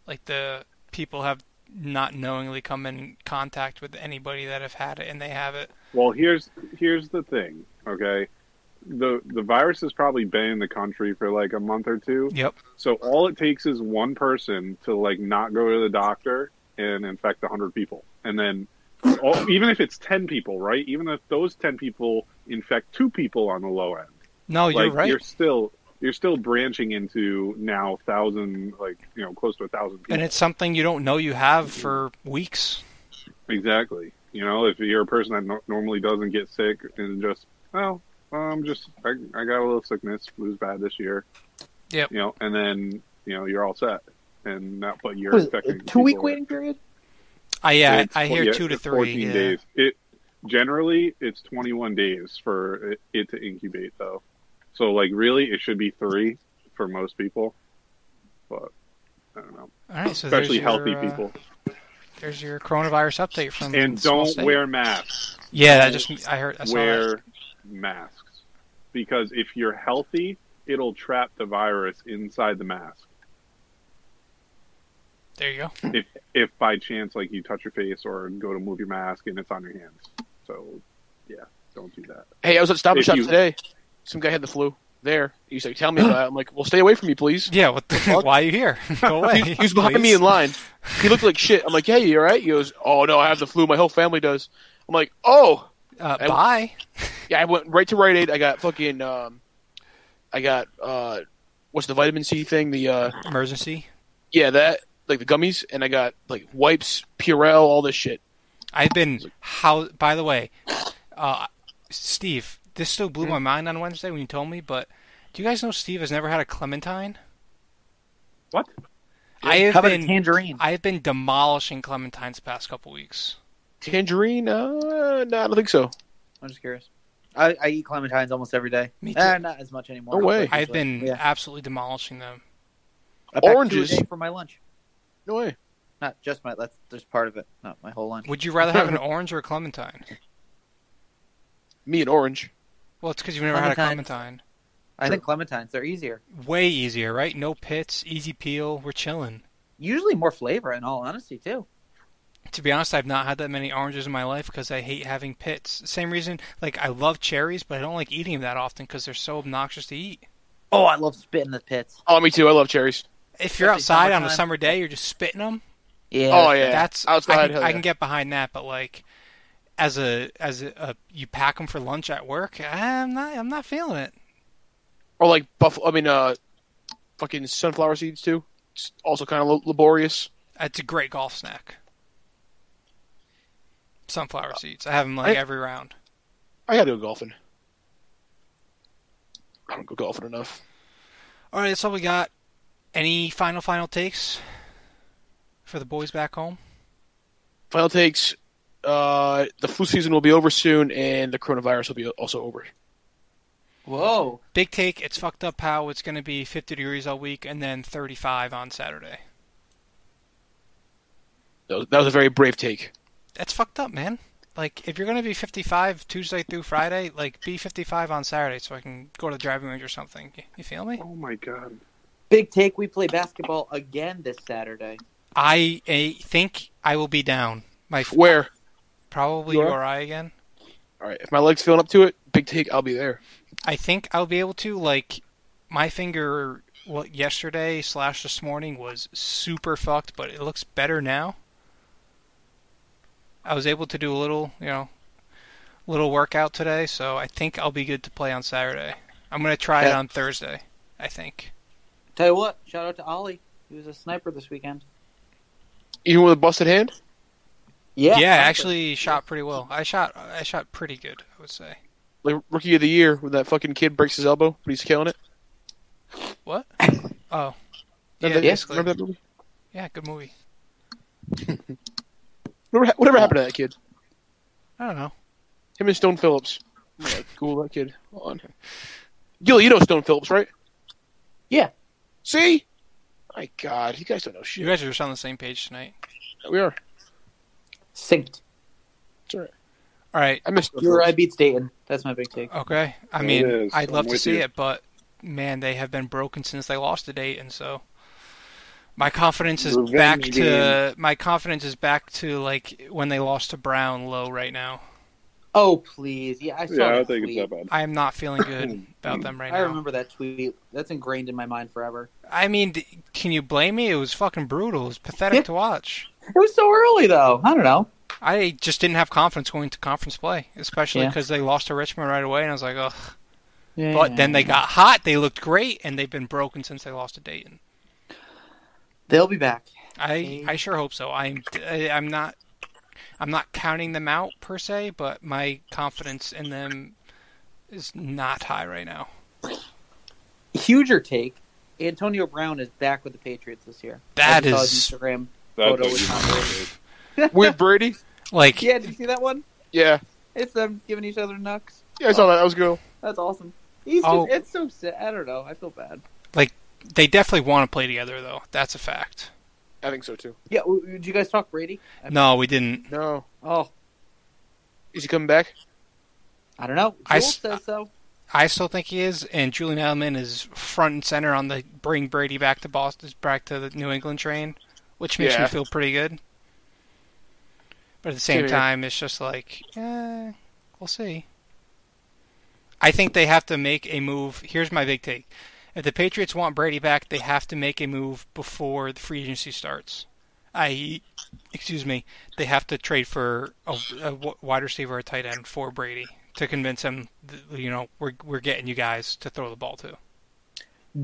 S4: like the people have not knowingly come in contact with anybody that have had it and they have it.
S6: Well, here's here's the thing, okay? The the virus has probably been in the country for like a month or two.
S4: Yep.
S6: So all it takes is one person to like not go to the doctor and infect 100 people. And then all, even if it's 10 people, right? Even if those 10 people infect two people on the low end.
S4: No, you're
S6: like
S4: right.
S6: you're still you're still branching into now 1000 like, you know, close to a 1000 people.
S4: And it's something you don't know you have for weeks.
S6: Exactly. You know, if you're a person that no- normally doesn't get sick and just, well, um, just I, I got a little sickness, flu's bad this year.
S4: Yep.
S6: You know, and then you know you're all set, and not but you're
S7: Was it
S6: infecting
S7: a two week
S6: people.
S7: waiting period?
S4: I yeah,
S6: It's
S4: I, I
S6: four-
S4: hear
S6: yeah,
S4: two to
S6: it's
S4: three.
S6: Fourteen
S4: yeah.
S6: days. It generally it's 21 days for it, it to incubate though. So like really, it should be three for most people, but I don't know,
S4: All right, so
S6: especially
S4: there's
S6: healthy
S4: your, uh,
S6: people.
S4: there's your coronavirus update from
S6: And
S4: um, Small
S6: don't
S4: State.
S6: wear masks.
S4: Yeah, I just I heard I saw
S6: wear
S4: that.
S6: masks because if you're healthy, it'll trap the virus inside the mask.
S4: There you go.
S6: If if by chance like you touch your face or go to move your mask and it's on your hands, so yeah, don't do that.
S5: Hey, I was at Stop and
S6: If
S5: Shop
S6: you-
S5: today. Some guy had the flu. There. He's like, tell me about it. I'm like, well, stay away from me, please.
S4: Yeah, what the, why are you here? Go away.
S5: He was behind me in line. He looked like shit. I'm like, hey, you all right? He goes, oh, no, I have the flu. My whole family does. I'm like, oh.
S4: Uh,
S5: I-
S4: bye.
S5: Yeah, I went right to Rite Aid. I got fucking, um, I got, uh, what's the vitamin C thing? The, uh,
S4: Emergency.
S5: yeah, that, like the gummies. And I got, like, wipes, Purell, all this shit.
S4: I've been how. By the way, uh, Steve, this still blew my mind on Wednesday when you told me. But do you guys know Steve has never had a clementine?
S6: What?
S4: I have
S7: How about a
S4: been
S7: tangerine?
S4: I have been demolishing clementines the past couple weeks.
S5: Tangerine? Uh, no, I don't think so.
S7: I'm just curious. I, I eat clementines almost every day.
S4: Me
S7: Eh,
S4: too.
S7: not as much anymore.
S5: No way.
S7: but
S4: I've been
S7: yeah.
S4: absolutely demolishing them.
S7: I pack two a
S5: Oranges.
S7: day for my lunch.
S5: No way.
S7: Not just my. That's just part of it. Not my whole lunch.
S4: Would you rather have an orange or a clementine?
S5: Me and orange.
S4: Well, it's because you've never had a clementine.
S7: I think clementines they're easier.
S4: Way easier, right? No pits, easy peel. We're chilling.
S7: Usually more flavor, in all honesty, too.
S4: To be honest, I've not had that many oranges in my life because I hate having pits. Same reason, like I love cherries, but I don't like eating them that often because they're so obnoxious to eat.
S7: Oh, I love spit in the pits.
S5: Oh, me too. I love cherries.
S4: If you're
S7: Especially
S4: outside on a
S7: summertime.
S4: summer day, you're just spitting them.
S7: Yeah.
S5: Oh yeah,
S4: That's I
S5: outside.
S4: can,
S5: hell
S4: I
S5: yeah.
S4: can get behind that, but like as a as a, a you pack them for lunch at work, I'm not I'm not feeling it.
S5: or like buff. I mean, uh, fucking sunflower seeds too. It's also kind of laborious.
S4: It's a great golf snack. Sunflower seeds. I have them like
S5: I-
S4: every round.
S5: I gotta go golfing. I don't go golfing enough.
S4: All right, that's all we got. Any final final takes for the boys back home?
S5: Final takes. Uh, the flu season will be over soon, and the coronavirus will be also over.
S9: Whoa.
S4: Big take. It's fucked up how it's going to be 50 degrees all week and then 35 on Saturday.
S5: That was, that was a very brave take.
S4: That's fucked up, man. Like if you're going to be 55 Tuesday through Friday, like be 55 on Saturday so I can go to the driving range or something. You- You feel me?
S6: Oh my god.
S8: Big take. We play basketball again this Saturday.
S4: I, I think I will be down. My
S5: Where?
S4: probably
S5: You are?
S4: URI again.
S5: All right. If my leg's feeling up to it, big take. I'll be there.
S4: I think I'll be able to like my finger. What yesterday slash this morning was super fucked, but it looks better now. I was able to do a little, you know, little workout today, so I think I'll be good to play on Saturday. I'm gonna try it
S5: Yeah.
S4: on Thursday. I think.
S8: Tell you what. Shout out to Ollie. He was a sniper this weekend.
S5: Even with a busted hand.
S8: Yeah.
S4: yeah, I actually shot pretty well. I shot, I shot pretty good. I would say.
S5: Like rookie of the year when that fucking kid breaks his elbow, but he's killing it.
S4: What? Oh, yeah,
S5: Remember that-
S4: basically.
S5: Remember that movie?
S4: yeah, good movie.
S5: Remember, whatever happened to that kid?
S4: I don't know.
S5: Him and Stone Phillips. Yeah, cool that kid. Hold on. Gil, you know Stone Phillips, right?
S8: Yeah.
S5: See? My God, you guys don't know shit.
S4: You guys are just on the same page tonight.
S5: we are.
S8: Synced.
S5: It's all right.
S4: All right.
S5: I missed. Stone
S8: URI
S5: Phillips.
S8: beats Dayton. That's my big take.
S4: Okay. I
S6: It
S4: mean,
S6: is.
S4: I'd
S6: I'm
S4: love to
S6: with
S4: see
S6: you.
S4: it, but man, they have been broken since they lost to Dayton, so my confidence is
S6: Revenge
S4: back to my confidence is back to like when they lost to Brown low right now.
S8: Oh please. Yeah, I saw.
S6: Yeah, I
S8: that
S6: don't think
S8: tweet.
S6: it's that bad.
S4: I am not feeling good about them right
S8: I
S4: now.
S8: remember that tweet. That's ingrained in my mind forever.
S4: I mean, d- can you blame me? It was fucking brutal. It was pathetic to watch.
S8: It was so early though. I don't know.
S4: I just didn't have confidence going to conference play, especially
S8: Yeah.
S4: because they lost to Richmond right away, and I was like, ugh.
S8: Yeah,
S4: But then they got hot. They looked great, and they've been broken since they lost to Dayton.
S8: they'll be back.
S4: I I sure hope so. I'm I, I'm not I'm not counting them out per se, but my confidence in them is not high right now.
S8: Huger take. Antonio Brown is back with the Patriots this year.
S4: That
S8: I saw his
S4: is
S8: Instagram.
S6: That's
S8: Photo
S6: what
S8: with
S6: you
S8: Tom
S6: might
S8: Brady.
S6: take.
S5: With Brady?
S4: like
S8: Yeah, did you see that one?
S5: Yeah.
S8: It's them giving each other knucks.
S5: Yeah, I saw that. That was cool.
S8: That's awesome. He's
S4: Oh.
S8: just, it's so sad. I don't know. I feel bad.
S4: they definitely want to play together though. That's a fact.
S5: I think so too.
S8: Yeah, w- did you guys talk Brady?
S4: No, we didn't.
S5: No.
S8: Oh,
S5: Is he coming back?
S8: I don't know. Joel
S4: I s-
S8: says so.
S4: I still think he is, and Julian Edelman is front and center on the bring Brady back to Boston, back to the New England train, which makes
S5: Yeah.
S4: me feel pretty good. But at the same
S5: Yeah.
S4: time, it's just like, eh, we'll see. I think they have to make a move. Here's my big take: if the Patriots want Brady back, they have to make a move before the free agency starts. I, E, excuse me, they have to trade for a, a w- wide receiver or a tight end for Brady to convince him, that, you know, we're we're getting you guys to throw the ball to.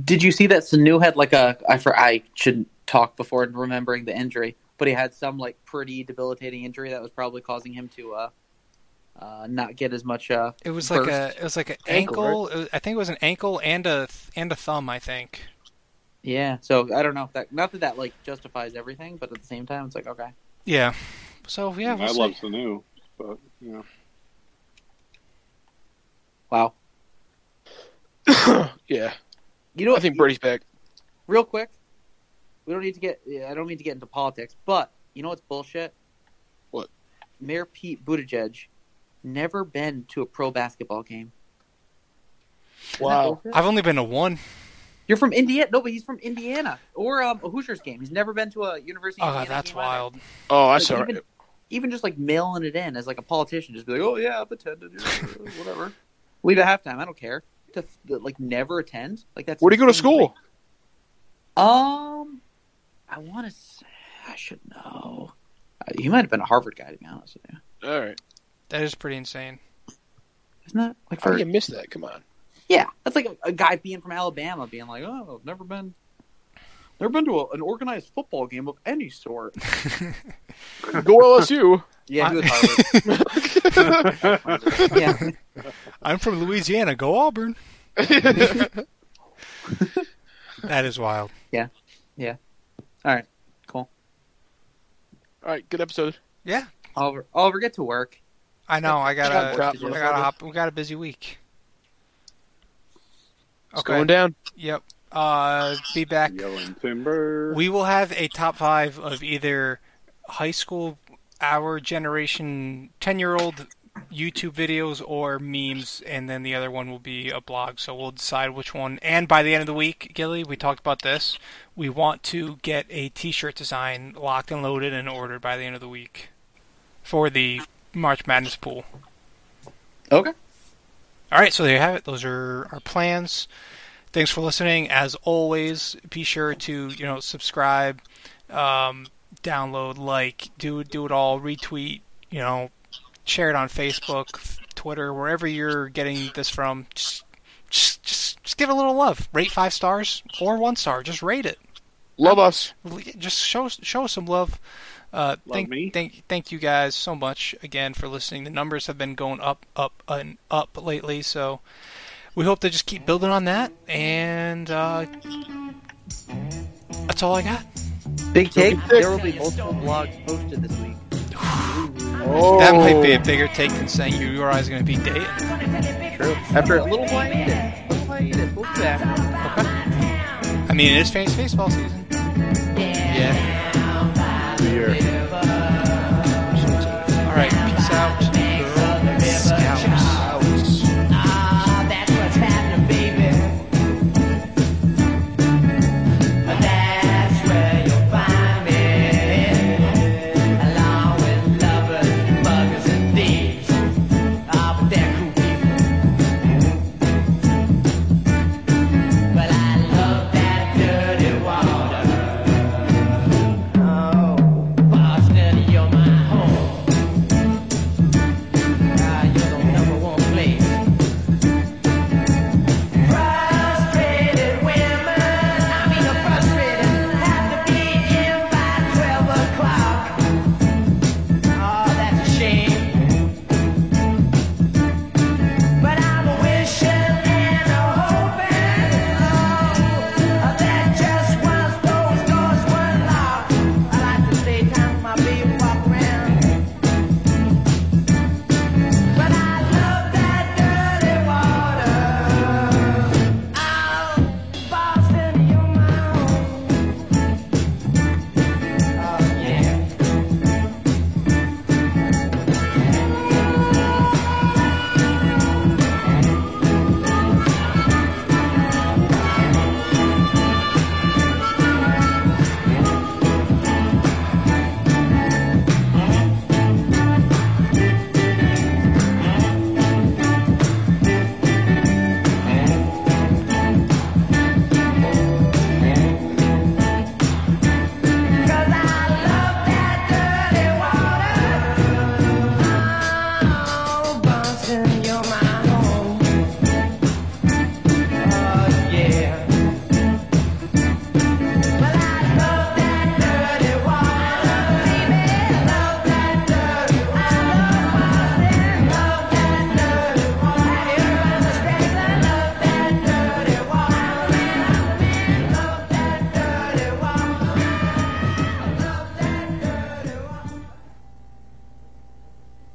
S8: Did you see that Sanu had like a? I for I shouldn't talk before remembering the injury, but he had some like pretty debilitating injury that was probably causing him to uh, uh not get as much uh.
S4: It was like
S8: burst.
S4: a it was like an
S5: Ankle,
S4: ankle.
S5: right?
S4: it was- I think it was an ankle and a th- and a thumb. I think.
S8: Yeah, so I don't know. If that not that that like justifies everything, but at the same time, it's like okay.
S4: Yeah. So yeah, we'll
S6: Mm, I
S4: see.
S6: love Sanu, but yeah.
S8: Wow.
S5: Yeah.
S8: You know, what?
S5: I think Brady's back.
S8: real quick, we don't need to get. I don't mean to get into politics, but you know what's bullshit?
S5: What?
S8: Mayor Pete Buttigieg never been to a pro basketball game. Isn't that
S5: Wow.
S8: bullshit?
S4: I've only been to one.
S8: You're from Indiana? No, but he's from Indiana or um, a Hoosiers game. He's never been to a University. of
S4: Oh,
S8: Indiana
S4: that's
S8: game either.
S4: wild.
S5: Oh, I
S8: Like,
S5: saw
S8: even,
S5: it.
S8: even just like mailing it in as like a politician, just be like, oh yeah, I've attended, yeah, whatever. Leave at halftime. I don't care. To th- like never attend. Like that's
S5: Where'd he go to
S8: insanely-
S5: school?
S8: Um, I want to. I should know. Uh, He might have been a Harvard guy, to be honest with you.
S5: All right.
S4: That is pretty insane.
S8: Isn't that like
S5: How
S8: for?
S5: did you miss that? Come on.
S8: Yeah, that's like a, a guy being from Alabama, being like, "Oh, I've never been, never been to a, an organized football game of any sort."
S5: Go LSU.
S8: Yeah, he
S4: I-
S8: was Harvard. yeah,
S4: I'm from Louisiana. Go Auburn. that is wild.
S5: All right. Good episode.
S4: Yeah,
S8: Oliver, Oliver, get to work.
S4: I know. I
S5: Got
S4: gotta.
S5: drop
S4: I gotta hop. We got a busy week.
S5: It's going down.
S4: Yep. Uh, be back.
S6: Yelling timber.
S4: We will have a top five of either high school, our generation, 10 year old YouTube videos or memes, and then the other one will be a blog. So we'll decide which one. And by the end of the week, Gilly, we talked about this. We want to get a t shirt design locked and loaded and ordered by the end of the week for the March Madness pool.
S7: Okay.
S4: All right, so there you have it. Those are our plans. Thanks for listening. As always, be sure to you know subscribe, um, download, like, do do it all, retweet, you know, share it on Facebook, Twitter, wherever you're getting this from. Just just just, just give it a little love. Rate five stars or one star. Just rate it.
S5: Love us.
S4: Just show show us some love. Uh,
S6: Love
S4: thank,
S6: me.
S4: thank thank you guys so much again for listening. The numbers have been going up, up, and up lately, so we hope to just keep building on that. And uh, that's all I got.
S7: Big take.
S5: Big take.
S7: There will be multiple blogs posted this week.
S5: Oh.
S4: That might be a bigger take than saying you your eyes going to be dating.
S7: True. After a little hiatus. Little hiatus. We'll be back.
S4: I mean, it is face baseball season.
S6: Here.